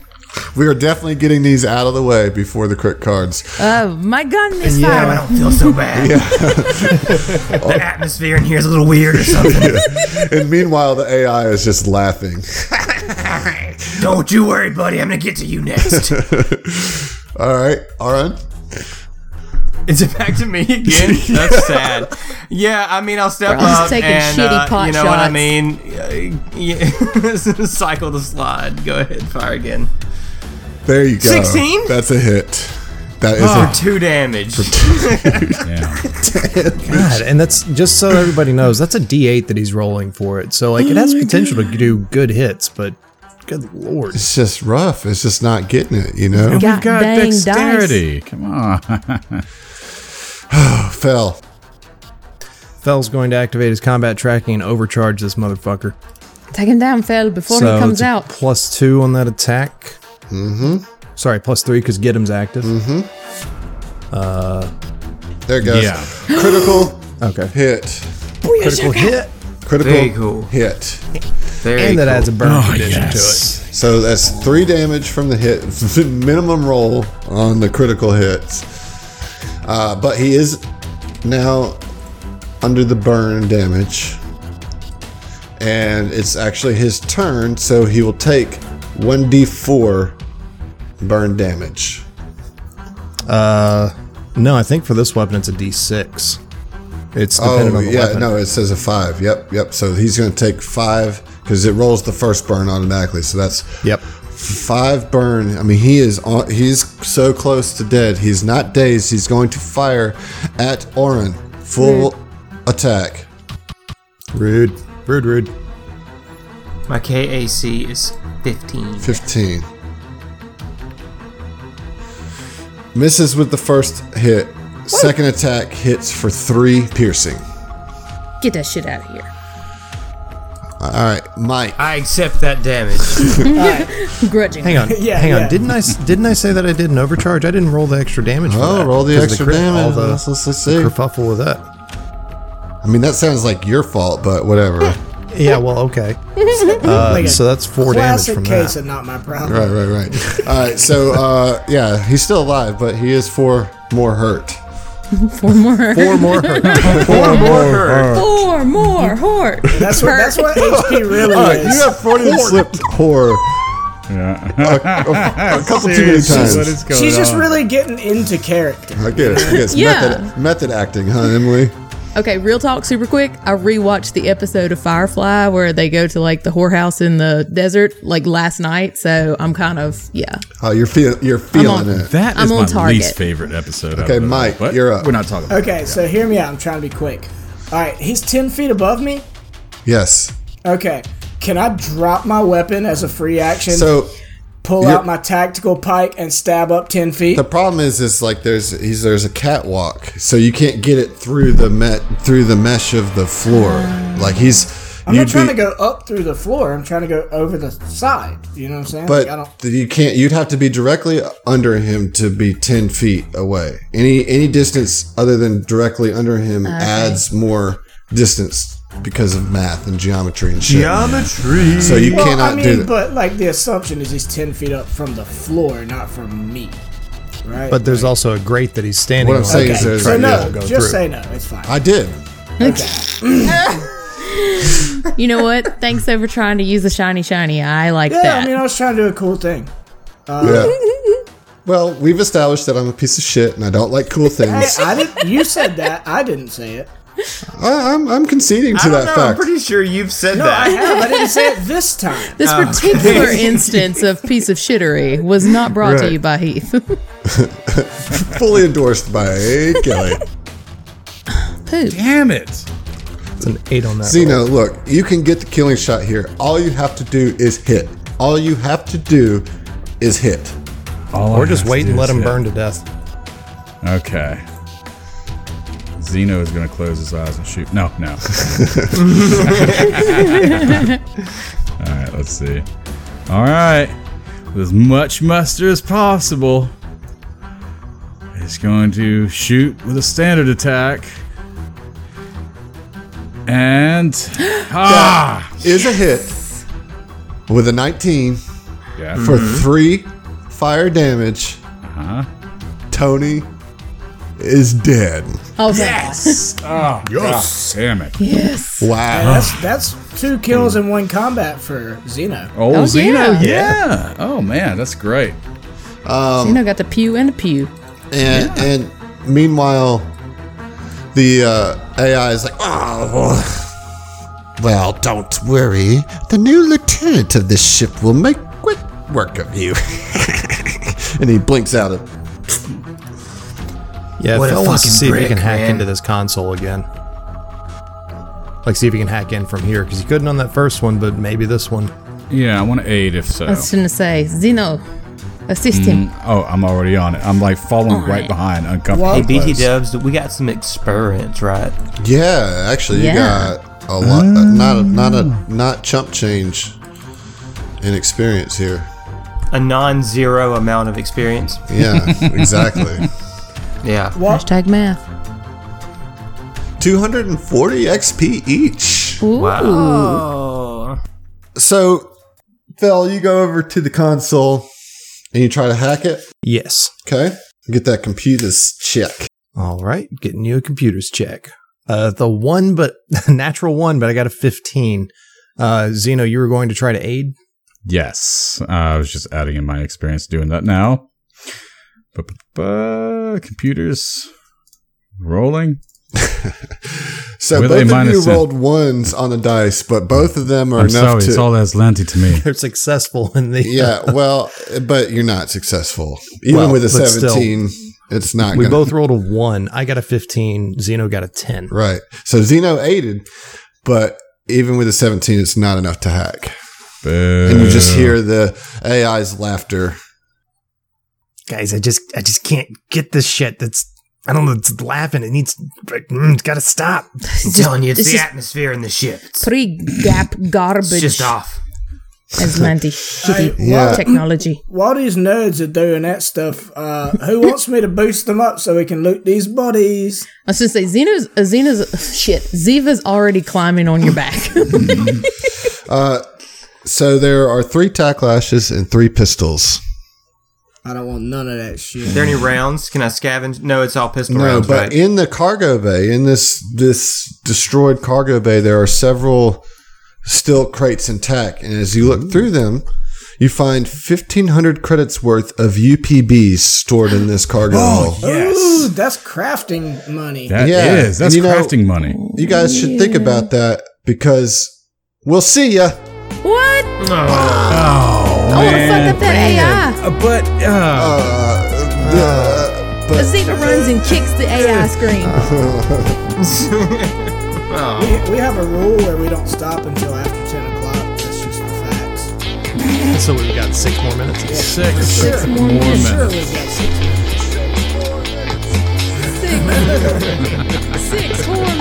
Speaker 2: We are definitely getting these out of the way before the crit cards.
Speaker 1: Oh, my gun is
Speaker 7: Yeah, I
Speaker 1: firing.
Speaker 7: don't feel so bad. the atmosphere in here is a little weird or something.
Speaker 2: and meanwhile, the AI is just laughing.
Speaker 7: Don't you worry, buddy. I'm gonna get to you next.
Speaker 2: All right, Aran.
Speaker 3: Is it back to me again? That's sad. Yeah, I mean, I'll step
Speaker 1: We're all just
Speaker 3: up
Speaker 1: taking
Speaker 3: and
Speaker 1: shitty
Speaker 3: uh,
Speaker 1: pot
Speaker 3: you know what I
Speaker 1: shots.
Speaker 3: mean. Uh, yeah. Cycle the slide. Go ahead, fire again
Speaker 2: There you go.
Speaker 3: 16?
Speaker 2: That's a hit. That is
Speaker 3: for two damage.
Speaker 6: Yeah.
Speaker 8: God, and that's just so everybody knows that's a D8 that he's rolling for it. So like it
Speaker 4: Oh
Speaker 8: has potential to do good hits, but good lord,
Speaker 2: It's just rough. It's just not getting it, you know?
Speaker 1: God
Speaker 6: We've got
Speaker 1: dang dice.
Speaker 6: dexterity. Come on.
Speaker 2: Fell.
Speaker 8: Fell's going to activate his combat tracking and overcharge this motherfucker.
Speaker 1: Take him down, Fel, before
Speaker 8: so
Speaker 1: he
Speaker 8: it's
Speaker 1: comes
Speaker 8: a
Speaker 1: out.
Speaker 8: plus two on that attack. Mm-hmm. Sorry, plus three because Get'em's active.
Speaker 2: Mm-hmm. There it goes.
Speaker 6: Yeah.
Speaker 2: Critical
Speaker 8: Okay,
Speaker 2: hit.
Speaker 8: critical hit,
Speaker 2: Critical
Speaker 3: Very cool.
Speaker 2: hit.
Speaker 3: Very
Speaker 8: and that adds a burn
Speaker 2: Mm-hmm.
Speaker 6: Oh,
Speaker 8: condition
Speaker 6: yes.
Speaker 8: to it.
Speaker 2: So that's three damage from the hit, minimum roll on the critical hits. Uh, but he is now under the burn damage. And it's actually his turn, so he will take 1d4 burn damage.
Speaker 8: Uh, no, I think for this weapon it's a D6. It's dependent
Speaker 2: Oh,
Speaker 8: on the
Speaker 2: yeah,
Speaker 8: weapon.
Speaker 2: no, it says a five. Yep, yep. So he's going to take five because it rolls the first burn automatically. So that's
Speaker 8: Yep.
Speaker 2: Five burn. I mean, he is on, he's so close to dead. He's not dazed. He's going to fire at Orin. Full attack.
Speaker 8: Rude. Rude. Rude.
Speaker 3: My KAC is 15.
Speaker 2: Fifteen. Misses with the first hit. Second attack hits for three piercing.
Speaker 1: Get that shit out of here.
Speaker 2: All right, Mike.
Speaker 3: I accept that damage.
Speaker 1: Grudging.
Speaker 8: Hang on.
Speaker 4: Yeah,
Speaker 8: hang on.
Speaker 4: yeah.
Speaker 8: Didn't I s- didn't I say that I did an overcharge? I didn't roll the extra damage. For
Speaker 2: Oh,
Speaker 8: that,
Speaker 2: roll the
Speaker 8: 'cause
Speaker 2: extra
Speaker 8: crit- All
Speaker 2: damage.
Speaker 8: the
Speaker 2: Let's, let's, let's see.
Speaker 8: kerfuffle with that.
Speaker 2: I mean, that sounds like your fault, but whatever. right,
Speaker 8: Yeah. Well. Okay. Uh,
Speaker 4: Like a
Speaker 8: so that's four damage
Speaker 4: Classic
Speaker 8: from
Speaker 4: case
Speaker 8: that.
Speaker 4: and not my problem.
Speaker 2: right, right. All right. So, uh, yeah, he's still alive, but he is four more hurt.
Speaker 1: Four more.
Speaker 8: Four more hurt.
Speaker 3: Or more her.
Speaker 1: Four more horde.
Speaker 4: That's what that's what HP really
Speaker 2: All right,
Speaker 4: is.
Speaker 2: you have 40 and slipped horror a, a- a couple too many times.
Speaker 6: going
Speaker 4: She's just really getting into character.
Speaker 2: I get it. I guess
Speaker 1: Yeah.
Speaker 2: method, method acting, huh, Emily?
Speaker 1: Okay, real talk, super quick. I rewatched the episode of Firefly where they go to like the whorehouse in the desert like last night. So I'm kind of yeah.
Speaker 2: Oh, you're, feel, you're feeling
Speaker 1: on
Speaker 2: it.
Speaker 6: That
Speaker 1: I'm
Speaker 6: is
Speaker 1: on
Speaker 6: my
Speaker 1: target.
Speaker 6: least favorite episode.
Speaker 2: Okay, Mike, you're up.
Speaker 6: We're not talking about
Speaker 4: Okay, so hear me out. I'm trying to be quick. All right, he's ten feet above me.
Speaker 2: yes.
Speaker 4: Okay, can I drop my weapon as a free action?
Speaker 2: So
Speaker 4: pull
Speaker 2: you're-
Speaker 4: out my tactical pike and stab up ten feet.
Speaker 2: the problem is, is like there's he's, there's a catwalk, so you can't get it through the met through the mesh of the floor. Like he's.
Speaker 4: I'm
Speaker 2: you'd
Speaker 4: not trying
Speaker 2: be-
Speaker 4: to go up through the floor. I'm trying to go over the side. You know what I'm saying?
Speaker 2: But
Speaker 4: Like, I don't.
Speaker 2: you can't. You'd have to be directly under him to be ten feet away. Any any distance other than directly under him adds more distance because of math and geometry and shit.
Speaker 3: Geometry.
Speaker 2: So you
Speaker 4: Well,
Speaker 2: cannot
Speaker 4: I mean,
Speaker 2: do that.
Speaker 4: but like the assumption is he's ten feet up from the floor, not from me, right?
Speaker 8: But there's also a grate that he's standing
Speaker 2: What I'm
Speaker 8: on.
Speaker 2: saying
Speaker 4: okay.
Speaker 2: is there's-
Speaker 4: so
Speaker 2: yeah,
Speaker 4: no,
Speaker 8: go
Speaker 4: just
Speaker 8: through.
Speaker 4: say no. It's fine.
Speaker 2: I did.
Speaker 1: You know what? Thanks over trying to use the shiny shiny. I like
Speaker 4: yeah,
Speaker 1: that.
Speaker 4: I mean, I was trying to do a cool thing. Uh,
Speaker 2: yeah. Well, we've established that I'm a piece of shit and I don't like cool
Speaker 4: Hey,
Speaker 2: things.
Speaker 4: I did. You said that. I didn't say it.
Speaker 2: I, I'm, I'm conceding to
Speaker 3: I don't
Speaker 2: that
Speaker 3: know. I'm
Speaker 2: fact.
Speaker 3: pretty sure you've said
Speaker 4: No,
Speaker 3: that.
Speaker 4: I have. I didn't say it this time.
Speaker 1: this particular instance of piece of shittery was not brought to you by Heath.
Speaker 2: Fully endorsed by A. Kelly.
Speaker 1: Poop.
Speaker 6: Damn it.
Speaker 8: It's an eight on that. roll.
Speaker 2: Zeno, look, you can get the killing shot here. All you have to do is hit. All you have to do is hit.
Speaker 6: All
Speaker 8: Or
Speaker 6: I
Speaker 8: just
Speaker 6: have to
Speaker 8: wait
Speaker 6: do
Speaker 8: and let
Speaker 6: is
Speaker 8: him
Speaker 6: hit.
Speaker 8: burn to death.
Speaker 6: Okay. Zeno is going to close his eyes and shoot. No, no. All right, let's see. All right. With as much muster as possible, he's going to shoot with a standard attack And ah,
Speaker 2: Is a hit with a 19
Speaker 6: yeah, Mm-hmm.
Speaker 2: for three fire damage.
Speaker 6: uh-huh.
Speaker 2: Tony is dead.
Speaker 1: Oh, yes.
Speaker 6: oh, yes, damn it,
Speaker 1: yes.
Speaker 2: Wow.
Speaker 4: That's that's two kills in one combat for Xeno.
Speaker 6: old
Speaker 1: Oh,
Speaker 6: Zeno,
Speaker 1: yeah.
Speaker 6: yeah. oh man, that's great.
Speaker 4: Um,
Speaker 1: you know, got the pew and the pew.
Speaker 2: And, and meanwhile, the uh, AI is like,
Speaker 9: Oh. Well, don't worry. The new lieutenant of this ship will make quick work of you.
Speaker 2: and he blinks out of
Speaker 8: Yeah,
Speaker 7: What a
Speaker 8: Phil wants to
Speaker 7: fucking
Speaker 8: see if he
Speaker 7: brick,
Speaker 8: can hack
Speaker 7: man.
Speaker 8: into this console again. Like, see if he can hack in from here because he couldn't on that first one, but maybe this one.
Speaker 6: Yeah, I want to aid if so.
Speaker 1: I was going to say, Zeno, assist him.
Speaker 4: Mm.
Speaker 6: Oh, I'm already on it. I'm like following right,
Speaker 1: Alright.
Speaker 6: behind, uncomfortable.
Speaker 3: Hey,
Speaker 6: close.
Speaker 3: BT Dubs, we got some experience, right?
Speaker 2: Yeah, actually, you
Speaker 1: Yeah.
Speaker 2: got a lot. uh, not a, not a not chump change in experience here.
Speaker 3: A non-zero amount of experience.
Speaker 2: Yeah, exactly.
Speaker 3: Yeah.
Speaker 1: Hashtag math.
Speaker 2: Two hundred and forty XP each.
Speaker 1: Ooh.
Speaker 3: Wow.
Speaker 2: So, Phil, you go over to the console and you try to hack it.
Speaker 8: Yes.
Speaker 2: Okay, get that computer's check.
Speaker 8: All right, getting you a computer's check. Uh, the one, but natural one, but I got a 15. Uh, Zeno, you were going to try to aid?
Speaker 6: Yes, uh, I was just adding in my experience doing that now. Ba-ba-ba, computers rolling.
Speaker 2: So
Speaker 6: With a
Speaker 2: both of you
Speaker 6: minus ten.
Speaker 2: rolled ones on the dice, but both of them are
Speaker 6: I'm
Speaker 2: enough
Speaker 6: sorry,
Speaker 2: to.
Speaker 6: it's all Aslanti to me.
Speaker 8: They're successful in the.
Speaker 2: yeah, well, but you're not successful. Even
Speaker 8: Well,
Speaker 2: with a
Speaker 8: but still.
Speaker 2: seventeen, it's not.
Speaker 8: we
Speaker 2: gonna
Speaker 8: both rolled a one. I got a 15. Zeno got a 10.
Speaker 2: Right. So Zeno aided, but even with a 17, it's not enough to hack. And you just hear the AI's laughter.
Speaker 8: Guys, I just, I just can't get this shit. That's, I don't know. It's laughing. It needs, like, mm, it's got to stop.
Speaker 7: I'm telling you, it's,
Speaker 1: it's
Speaker 7: the
Speaker 1: just-
Speaker 7: atmosphere in the ship. It's,
Speaker 1: Pre gap
Speaker 7: it's
Speaker 1: garbage.
Speaker 7: just off.
Speaker 1: Aslanti. Shitty
Speaker 2: Yeah.
Speaker 1: technology.
Speaker 4: While these nerds are doing that stuff, uh, who wants me to boost them up so we can loot these bodies?
Speaker 1: I was going to say, Zeno's, uh, Zeno's, shit, Ziva's already climbing on your back.
Speaker 2: So there are three tack lashes and three pistols.
Speaker 4: I don't want none of that
Speaker 3: Are
Speaker 4: shit.
Speaker 3: there any rounds? Can I scavenge? No, it's all pistol
Speaker 2: No,
Speaker 3: rounds,
Speaker 2: Uh, but
Speaker 3: right?
Speaker 2: in the cargo bay, in this this destroyed cargo bay, there are several still crates intact. And as you look through them, you find 1,500 credits worth of UPBs stored in this cargo hall.
Speaker 4: Ooh, that's crafting money.
Speaker 6: That
Speaker 2: Yeah,
Speaker 6: is- That's
Speaker 2: and you know-
Speaker 6: crafting money.
Speaker 2: You guys should think about that because we'll see ya.
Speaker 1: what?
Speaker 6: Oh,
Speaker 1: I want to fuck up that AI.
Speaker 6: But uh,
Speaker 2: Uh, but
Speaker 1: Ziva runs and kicks the AI screen.
Speaker 4: We, we have a rule where we don't stop until after 10 o'clock. That's just the facts.
Speaker 8: So we've got six more
Speaker 2: Uh,
Speaker 8: minutes.
Speaker 6: six,
Speaker 4: Sure. Sure,
Speaker 6: more minutes.
Speaker 4: we got six.
Speaker 1: Six. Six whole
Speaker 4: Oh